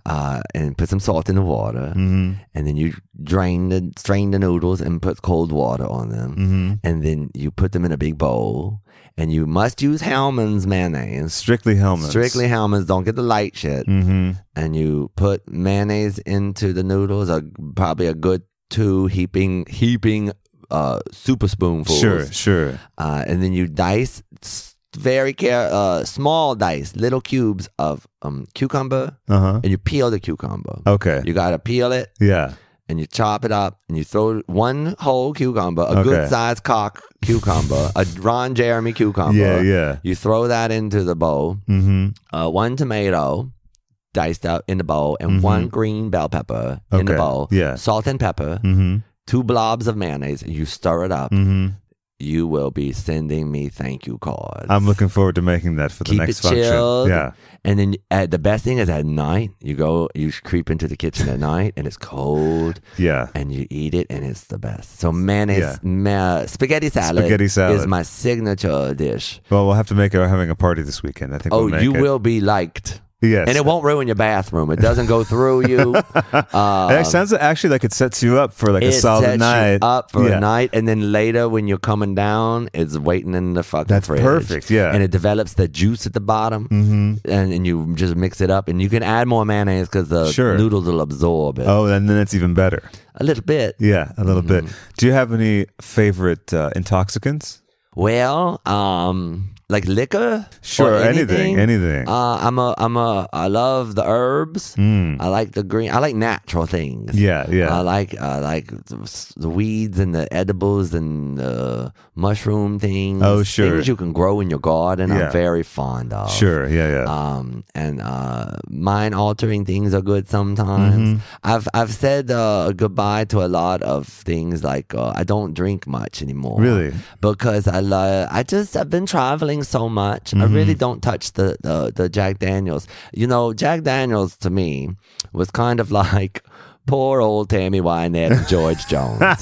uh, and put some salt in the water, and then you drain the strain the noodles and put cold water on them, and then you put them in a big bowl, and you must use Hellman's mayonnaise.
Strictly Hellman's.
Strictly Hellman's. Don't get the light shit. And you put mayonnaise into the noodles. A, probably a good two heaping heaping uh, super spoonfuls.
Sure, sure.
Uh, and then you dice s- very care uh, small dice, little cubes of um, cucumber,
Uh huh.
and you peel the cucumber.
Okay.
You gotta peel it,
Yeah.
and you chop it up, and you throw one whole cucumber, a
Okay.
good sized cock cucumber, a Ron Jeremy cucumber.
Yeah, yeah.
You throw that into the bowl
Mm-hmm.
uh, one tomato diced out in the bowl and one green bell pepper in the
Mm-hmm. Okay,
bowl.
yeah.
Salt and pepper,
Mm-hmm.
two blobs of mayonnaise. You stir it up.
Mm-hmm.
You will be sending me thank you cards.
I'm looking forward to making that for the
Keep
next
it
function.
chilled.
Yeah.
And then uh, the best thing is at night, you go, you creep into the kitchen at night and it's cold
Yeah.
and you eat it and it's the best. So mayonnaise,
Yeah.
ma- spaghetti salad,
Spaghetti salad.
is my signature dish.
Well, we'll have to make it. We're having a party this weekend. I think.
Oh,
we'll make
you
it.
will be liked.
Yes.
And it won't ruin your bathroom. It doesn't go through you. Uh,
That sounds actually like it sets you up for like a
it
solid
sets
night.
you up for
Yeah.
a night, and then later when you're coming down, it's waiting in the fucking.
That's
fridge.
perfect, yeah. Mm-hmm.
and it develops the juice at the bottom, and, and you just mix it up, and you can add more mayonnaise because the
Sure.
noodles will absorb it
Oh, and then it's even better.
a little bit.
Yeah, a little bit.
Mm-hmm.
Do you have any favorite uh, intoxicants?
Well, um, like liquor, or
Sure, anything,
anything,
anything.
Uh, I'm a, I'm a, I love the herbs.
Mm.
I like the green. I like natural things.
Yeah, yeah.
I like I like the the weeds and the edibles and the mushroom things.
Oh, sure.
Things you can grow in your garden.
Yeah.
I'm very fond of.
sure. Yeah, yeah.
Um and uh, mind altering things are good sometimes.
Mm-hmm.
I've I've said uh, goodbye to a lot of things like uh, I don't drink much anymore.
Really?
because I love. I just I've been traveling so much. I really
Mm-hmm.
don't touch the, the the Jack Daniels. You know, Jack Daniels to me was kind of like poor old Tammy Wynette and George Jones.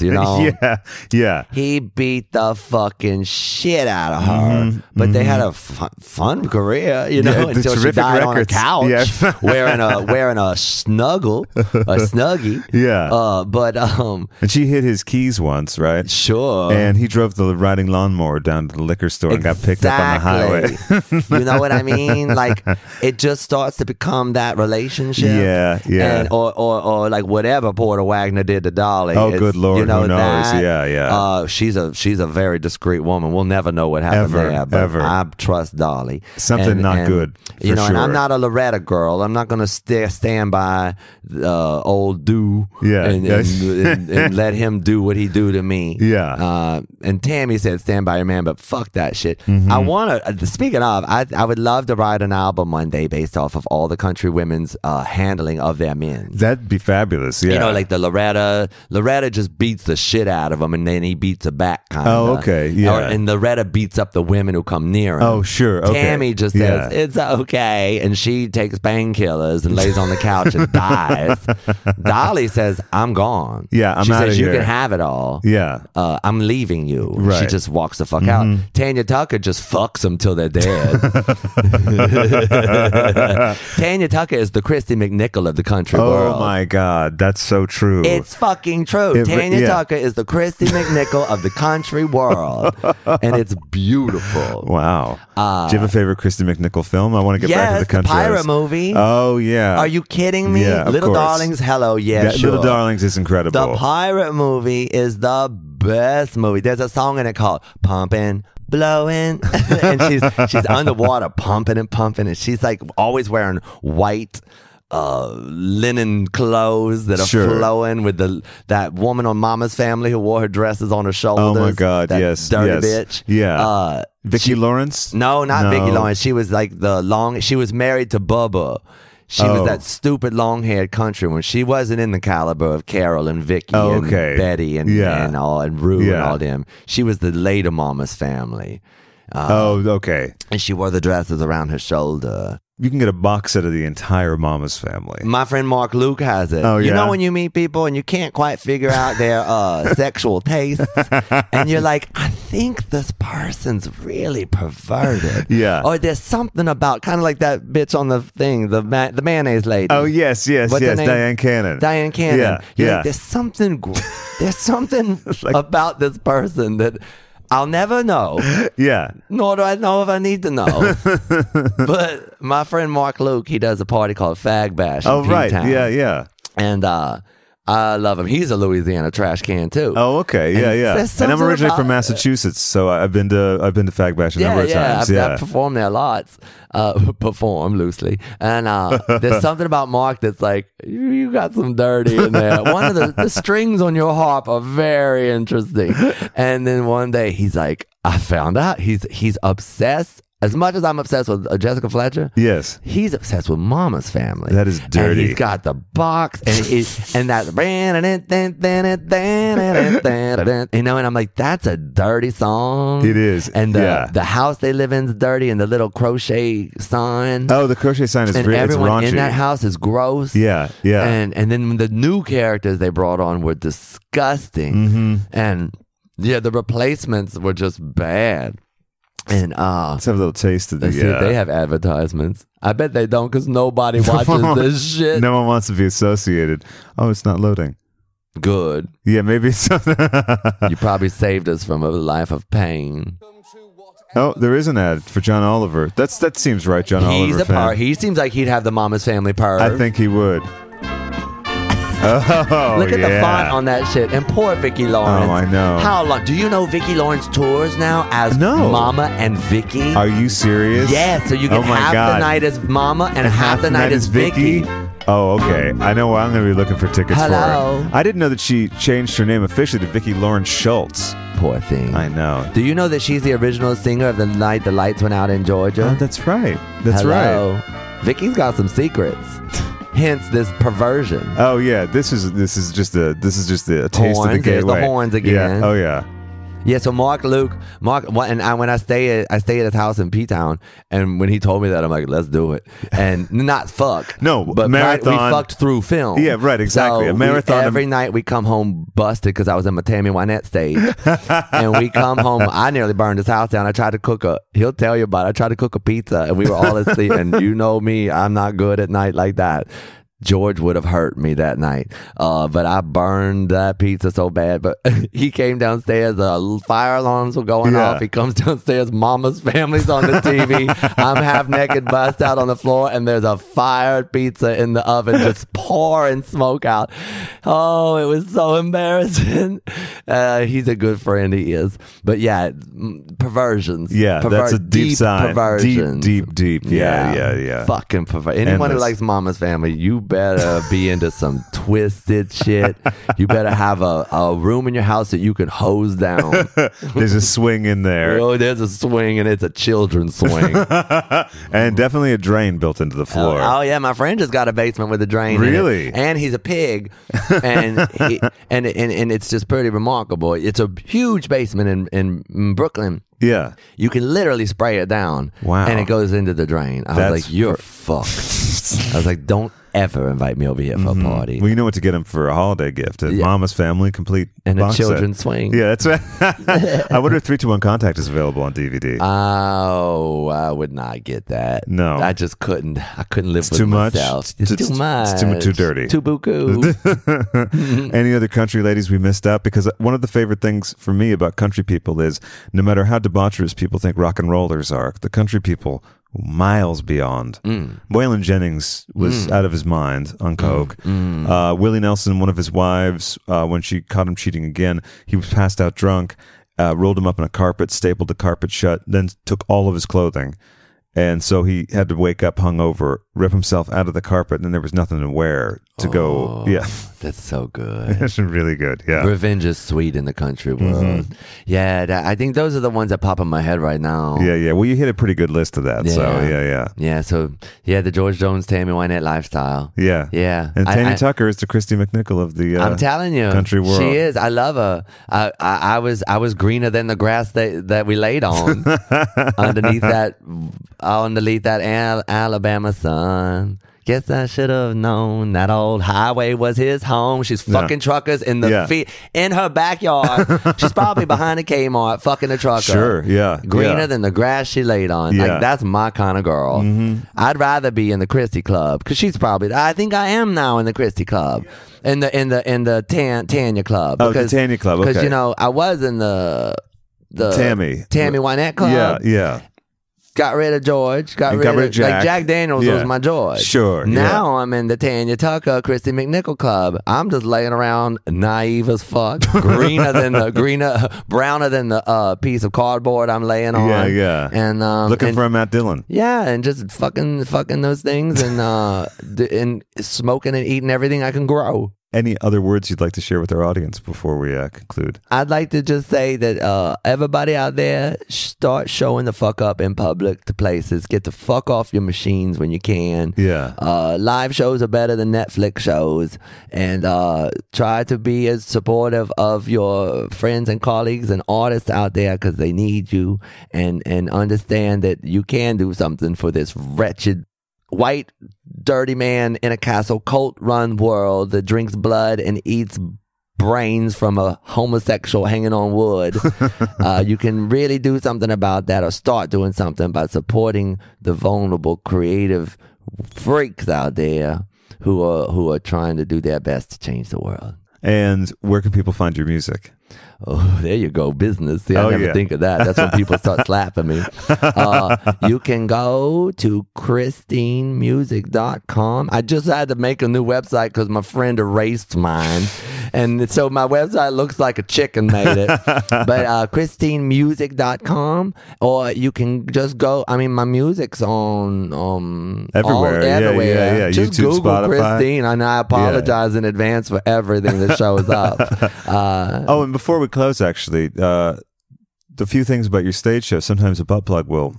You know,
yeah, yeah.
he beat the fucking shit out of her. But they had a fun, fun career, you know,
Mm-hmm. Yeah, the
until she
terrific
died on a
records.
couch
Yeah.
wearing a wearing a snuggle, a snuggie.
Yeah.
Uh, but um,
And she hit his keys once, right?
sure.
and he drove the riding lawnmower down to the liquor store and got picked up on the highway.
Exactly. you know what I mean? Like it just starts to become that relationship.
Yeah, yeah.
And, or, or or like whatever Porter Wagner did to Dolly.
Oh,
It's-
good Lord,
You know
who knows?
that?
Yeah, yeah.
Uh, she's a she's a very discreet woman. We'll never know what happened
Ever,
there. But
ever.
I trust Dolly.
Something not good, for
You know, and
sure.
I'm not a Loretta girl. I'm not going to st- stand by uh, old do.
Yeah.
And, and, and, and let him do what he do to me.
Yeah.
Uh, and Tammy said, "Stand by your man," but fuck that shit.
Mm-hmm.
I want to. Speaking of, I I would love to write an album one day based off of all the country women's uh, handling of their men.
That'd be fabulous. Yeah.
You know, like the Loretta. Loretta just beats the shit out of him, and then he beats her back. Kinda.
Oh, okay, yeah.
Or- and Loretta beats up the women who come near him.
Oh, sure, okay.
Tammy just
Yeah.
says it's okay, and she takes painkillers and lays on the couch and dies. Dolly says, "I'm gone."
Yeah, I'm
she
outta
says you
here."
can have it all
yeah.
uh, I'm leaving you. She
Right. Mm-hmm.
just walks the fuck out. Tanya Tucker just fucks them till they're dead. Tanya Tucker is the Christy McNichol of the country
Oh
world.
my God, that's so true.
It's fucking true.
It re-
Tanya
yeah.
Tucker is the Christy McNichol of the country world. and it's beautiful.
wow. Do you have a favorite Christy McNichol film? I want to get back to
uh, yes,
the
the,
country.
pirate movie.
Oh yeah.
Are you kidding me?
Yeah, of
Little
course.
Darlings, hello, yeah,
That
sure.
Little Darlings is incredible.
The pirate movie is the best movie. There's a song in it called "Pumping." Blowing, and she's she's underwater, pumping and pumping, and she's like always wearing white uh, linen clothes that are
Sure.
flowing with the that woman on Mama's Family who wore her dresses on her
Oh
shoulders.
God,
that
yes,
dirty
yes.
bitch.
Yeah.
uh,
Vicki Lawrence?
No, not
No.
Vicki Lawrence. She was like the long. She was married to Bubba. She
Oh.
was that stupid long-haired country one. She wasn't in the caliber of Carol and Vicky
Oh, okay.
and Betty and
Yeah.
and all and Rue and
Yeah.
all them. She was the later mama's family,
Oh, okay.
and she wore the dresses around her shoulder.
You can get a box set of the entire Mama's Family.
My friend Mark Luke has it.
Oh,
You
yeah?
know when you meet people and you can't quite figure out their uh, sexual tastes, and you're like, I think this person's really perverted.
Yeah.
Or there's something about kind of like that bitch on the thing, the ma- the mayonnaise lady.
Oh yes, yes,
Mm. What's her
yes.
name?
Diane Cannon.
Diane Cannon.
Yeah,
You're
yeah.
like, there's something, gr- there's something about this person that I'll never know
yeah.
nor do I know if I need to know. but my friend Mark Luke, he does a party called Fag Bash. in
Oh right.
P-Town.
Yeah, yeah.
And uh, I love him. He's a Louisiana trash can too.
Oh okay. Yeah,
And
yeah.
there's
And I'm
something
originally
about-
from Massachusetts, so I- I've been to I've been to Fag Bash a
yeah,
number of
yeah.
times.
I've,
yeah.
I've performed there lots. Uh, perform loosely, and uh, there's something about Mark that's like you, you got some dirty in there. One of the, the strings on your harp are very interesting. And then one day he's like, I found out he's he's obsessed. As much as I'm obsessed with uh, Jessica Fletcher,
yes.
He's obsessed with Mama's Family.
That is
And
dirty.
he's got the box and it, and that you know, and I'm like, that's a dirty song.
It is,
And the,
yeah.
the house they live in's dirty, and the little crochet sign,
Oh, the crochet sign is
and
re- it's
everyone
raunchy.
in that house is gross.
Yeah, yeah.
And and then the new characters they brought on were disgusting.
Mm-hmm.
And yeah, the replacements were just bad. And uh
Let's have a little taste of the.
Let's see if
uh,
they have advertisements. I bet they don't because nobody watches this shit.
No one wants to be associated. Oh, it's not loading.
Good.
Yeah, maybe it's.
You probably saved us from a life of pain.
oh, there is an ad for John Oliver. That's that seems right, John
He's
Oliver.
a
fan.
par. He seems like he'd have the mama's family perv.
I think he would. Oh,
Look at
yeah.
the font on that shit. And poor Vicki Lawrence.
Oh, I know.
How long? Do you know Vicki Lawrence tours now as
No.
Mama and Vicky?
Are you serious?
yeah, so you
Oh
get
my
half
God.
the night as Mama and, half, the night, as Vicky.
Oh, okay. I know where I'm going to be looking for tickets
Hello.
for. it. I didn't know that she changed her name officially to Vicky Lauren Schultz.
Poor thing.
I know.
Do you know that she's the original singer of the night the lights went out in Georgia?
Oh, that's right. That's right.
right. Vicky's got some secrets. Hence this perversion.
Oh yeah, this is this is just a this is just a taste of the
Horns, there's the
gateway.
horns again.
Yeah. Oh yeah.
Yeah, so Mark Luke, Mark, wha- and I, when I stay at I stay at his house in P Town, and when he told me that, I'm like, let's do it, and not fuck,
No,
but right, we
marathon-
fucked through film.
Yeah, right, exactly.
So
A
we-
marathon-
every night we come home busted because I was in my Tammy Wynette stage, and we come home. I nearly burned his house down. I tried to cook a. He'll tell you about. it. I tried to cook a pizza, and we were all asleep. and you know me, I'm not good at night like that. George would have hurt me that night. Uh, but I burned that pizza so bad. But he came downstairs, the l- fire alarms were going
Yeah.
off. He comes downstairs, mama's family's on the TV. I'm half naked, bust out on the floor, and there's a fired pizza in the oven just pouring smoke out. Oh, it was so embarrassing. Uh, he's a good friend, he is. But yeah, mm, perversions.
Yeah, that's a
Perver-
deep, sign.
Perversions.
Deep, deep, deep. Yeah, yeah, yeah.
Fucking pervert. Anyone who
Endless.
likes Mama's Family, you better be into some twisted shit. You better have a, a room in your house that you can hose down.
There's a swing in there.
oh, there's a swing and it's a children's swing. oh,
and definitely a drain built into the floor.
oh, yeah, my friend just got a basement with a drain. in it.
Really?
And he's a pig, and he, and, and and it's just pretty remarkable. It's a huge basement in in Brooklyn.
yeah.
You can literally spray it down.
Wow.
And it goes into the drain. I
That's
was like, you're fucked. I was like, don't ever invite me over here for a party.
Well, you know what to get him for a holiday gift. A
Yeah.
Mama's Family complete
and a
box set.
children's swing.
Yeah, that's right. I wonder if 321 Contact is available on DVD.
Oh, I would not get that.
No.
I just couldn't. I couldn't live with
too much.
myself.
It's-
It's,
it's-
too much.
it's too- too dirty.
Too buku.
Any other country ladies we missed out? Because one of the favorite things for me about country people is no matter how debaucherous people think rock and rollers are, the country people miles beyond. Waylon Jennings was out of his mind on coke. Uh, Willie Nelson, one of his wives, uh, when she caught him cheating again, he was passed out drunk, uh, rolled him up in a carpet, stapled the carpet shut, then took all of his clothing. And so he had to wake up hungover, rip himself out of the carpet, and then there was nothing to wear to go. Yeah,
That's so good.
that's really good. Yeah. Mm-hmm.
Revenge is sweet in the country world. Yeah, that, I think those are the ones that pop in my head right now.
Yeah, yeah. Well, you hit a pretty good list of that. So,
Yeah.
yeah, yeah.
Yeah, so yeah, the George Jones, Tammy Wynette lifestyle.
Yeah.
Yeah.
And
I-
Tanya
I-
Tucker is the Christy McNichol of the uh,
I'm telling you,
country world.
She is. I love her. I, I, I was I was greener than the grass that, that we laid on underneath that underneath that Al- Alabama sun. Guess I should have known that old highway was his home. She's
Yeah.
fucking truckers in the
Yeah.
fe- in her backyard. She's probably behind a Kmart fucking a trucker.
Sure. Yeah.
Greener
yeah.
than the grass she laid on.
Yeah. Mm-hmm.
Like that's my kind of girl. I'd rather be in the Christie Club because she's probably. I think I am now in the Christie Club, in the in the in the Tan, Tanya Club.
Oh, the Tanya Club,
Because
okay.
you know I was in the the
Tammy.
Tammy Wynette Club.
Yeah, yeah.
Got rid of George. Got,
And
rid,
got rid
of
of Jack.
Like Jack Daniels
Yeah.
was my George.
Sure,
Now I'm in the Tanya Tucker, Christy McNichol Club. I'm just laying around naive as fuck, greener than the greener, browner than the uh, piece of cardboard I'm laying on.
Yeah, yeah.
And um,
Looking
and-
for a Matt Dillon.
yeah, and just fucking fucking those things and uh d- and smoking and eating everything I can grow.
Any other words you'd like to share with our audience before we uh, conclude?
I'd like to just say that uh, everybody out there, start showing the fuck up in public to places. Get the fuck off your machines when you can.
Yeah.
Uh, live shows are better than Netflix shows, and uh, try to be as supportive of your friends and colleagues and artists out there because they need you, and and understand that you can do something for this wretched white dirty man in a castle cult run world that drinks blood and eats brains from a homosexual hanging on wood uh, you can really do something about that or start doing something by supporting the vulnerable creative freaks out there who are who are trying to do their best to change the world
And where can people find your music?
Oh, there you go, business. See, I
Oh,
never
yeah.
think of that. That's when people start slapping me. Uh, you can go to christinemusic.com. I just had to make a new website because my friend erased mine. And so my website looks like a chicken made it. but uh, christinemusic.com. Or you can just go. I mean, my music's on um, all-
Everywhere. Yeah,
everywhere.
yeah, yeah.
Just
YouTube,
Google
Spotify.
Christine. And I apologize in advance for everything that shows up. Uh,
Oh, and before we close, actually, uh, the few things about your stage show. Sometimes a butt plug will.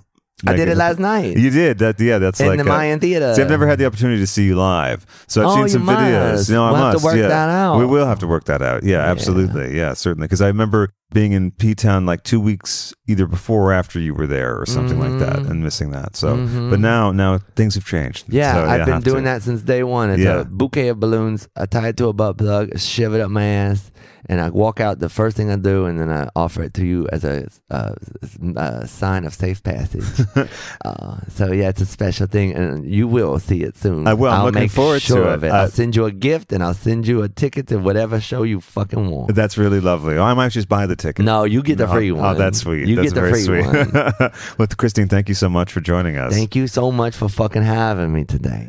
I
make
did it last night.
You did that. Yeah, that's
in
like
the
a-
Mayan Theater.
See, I've never had the opportunity to see you live, so I've
Oh,
seen
you
some
must.
videos. No, I
We'll have to
must.
work
yeah.
that out.
We will have to work that out. Yeah, absolutely. Yeah, certainly. Because I remember being in P Town like two weeks either before or after you were there or something like that,
Mm-hmm.
and missing that. So, but now, now things have changed.
Yeah,
So, I
I've been
have
doing
to.
that since day one. It's
Yeah.
a bouquet of balloons. I tie it to a butt plug, shove it up my ass, and I walk out. The first thing I do, and then I offer it to you as a, uh, s- uh sign of safe passage. uh, so yeah, it's a special thing, and you will see it soon.
I will. I'm
I'll
looking
make
forward to
sure
it.
Of it.
Uh,
I'll send you a gift, and I'll send you a ticket to whatever show you fucking want.
That's really lovely. Oh, I might just buy the ticket.
No, you get the
No,
free one.
Oh, that's sweet.
You
that's
get the
very
free
sweet.
one.
well, Christine, thank you so much for joining us.
Thank you so much for fucking having me today.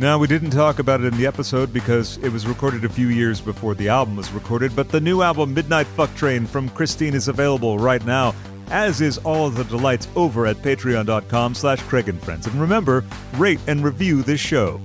Now, we didn't talk about it in the episode because it was recorded a few years before the album was recorded, but the new album, Midnight Fuck Train, from Christine is available right now, as is all of the delights over at patreon.com slash Craig and Friends. And remember, rate and review this show.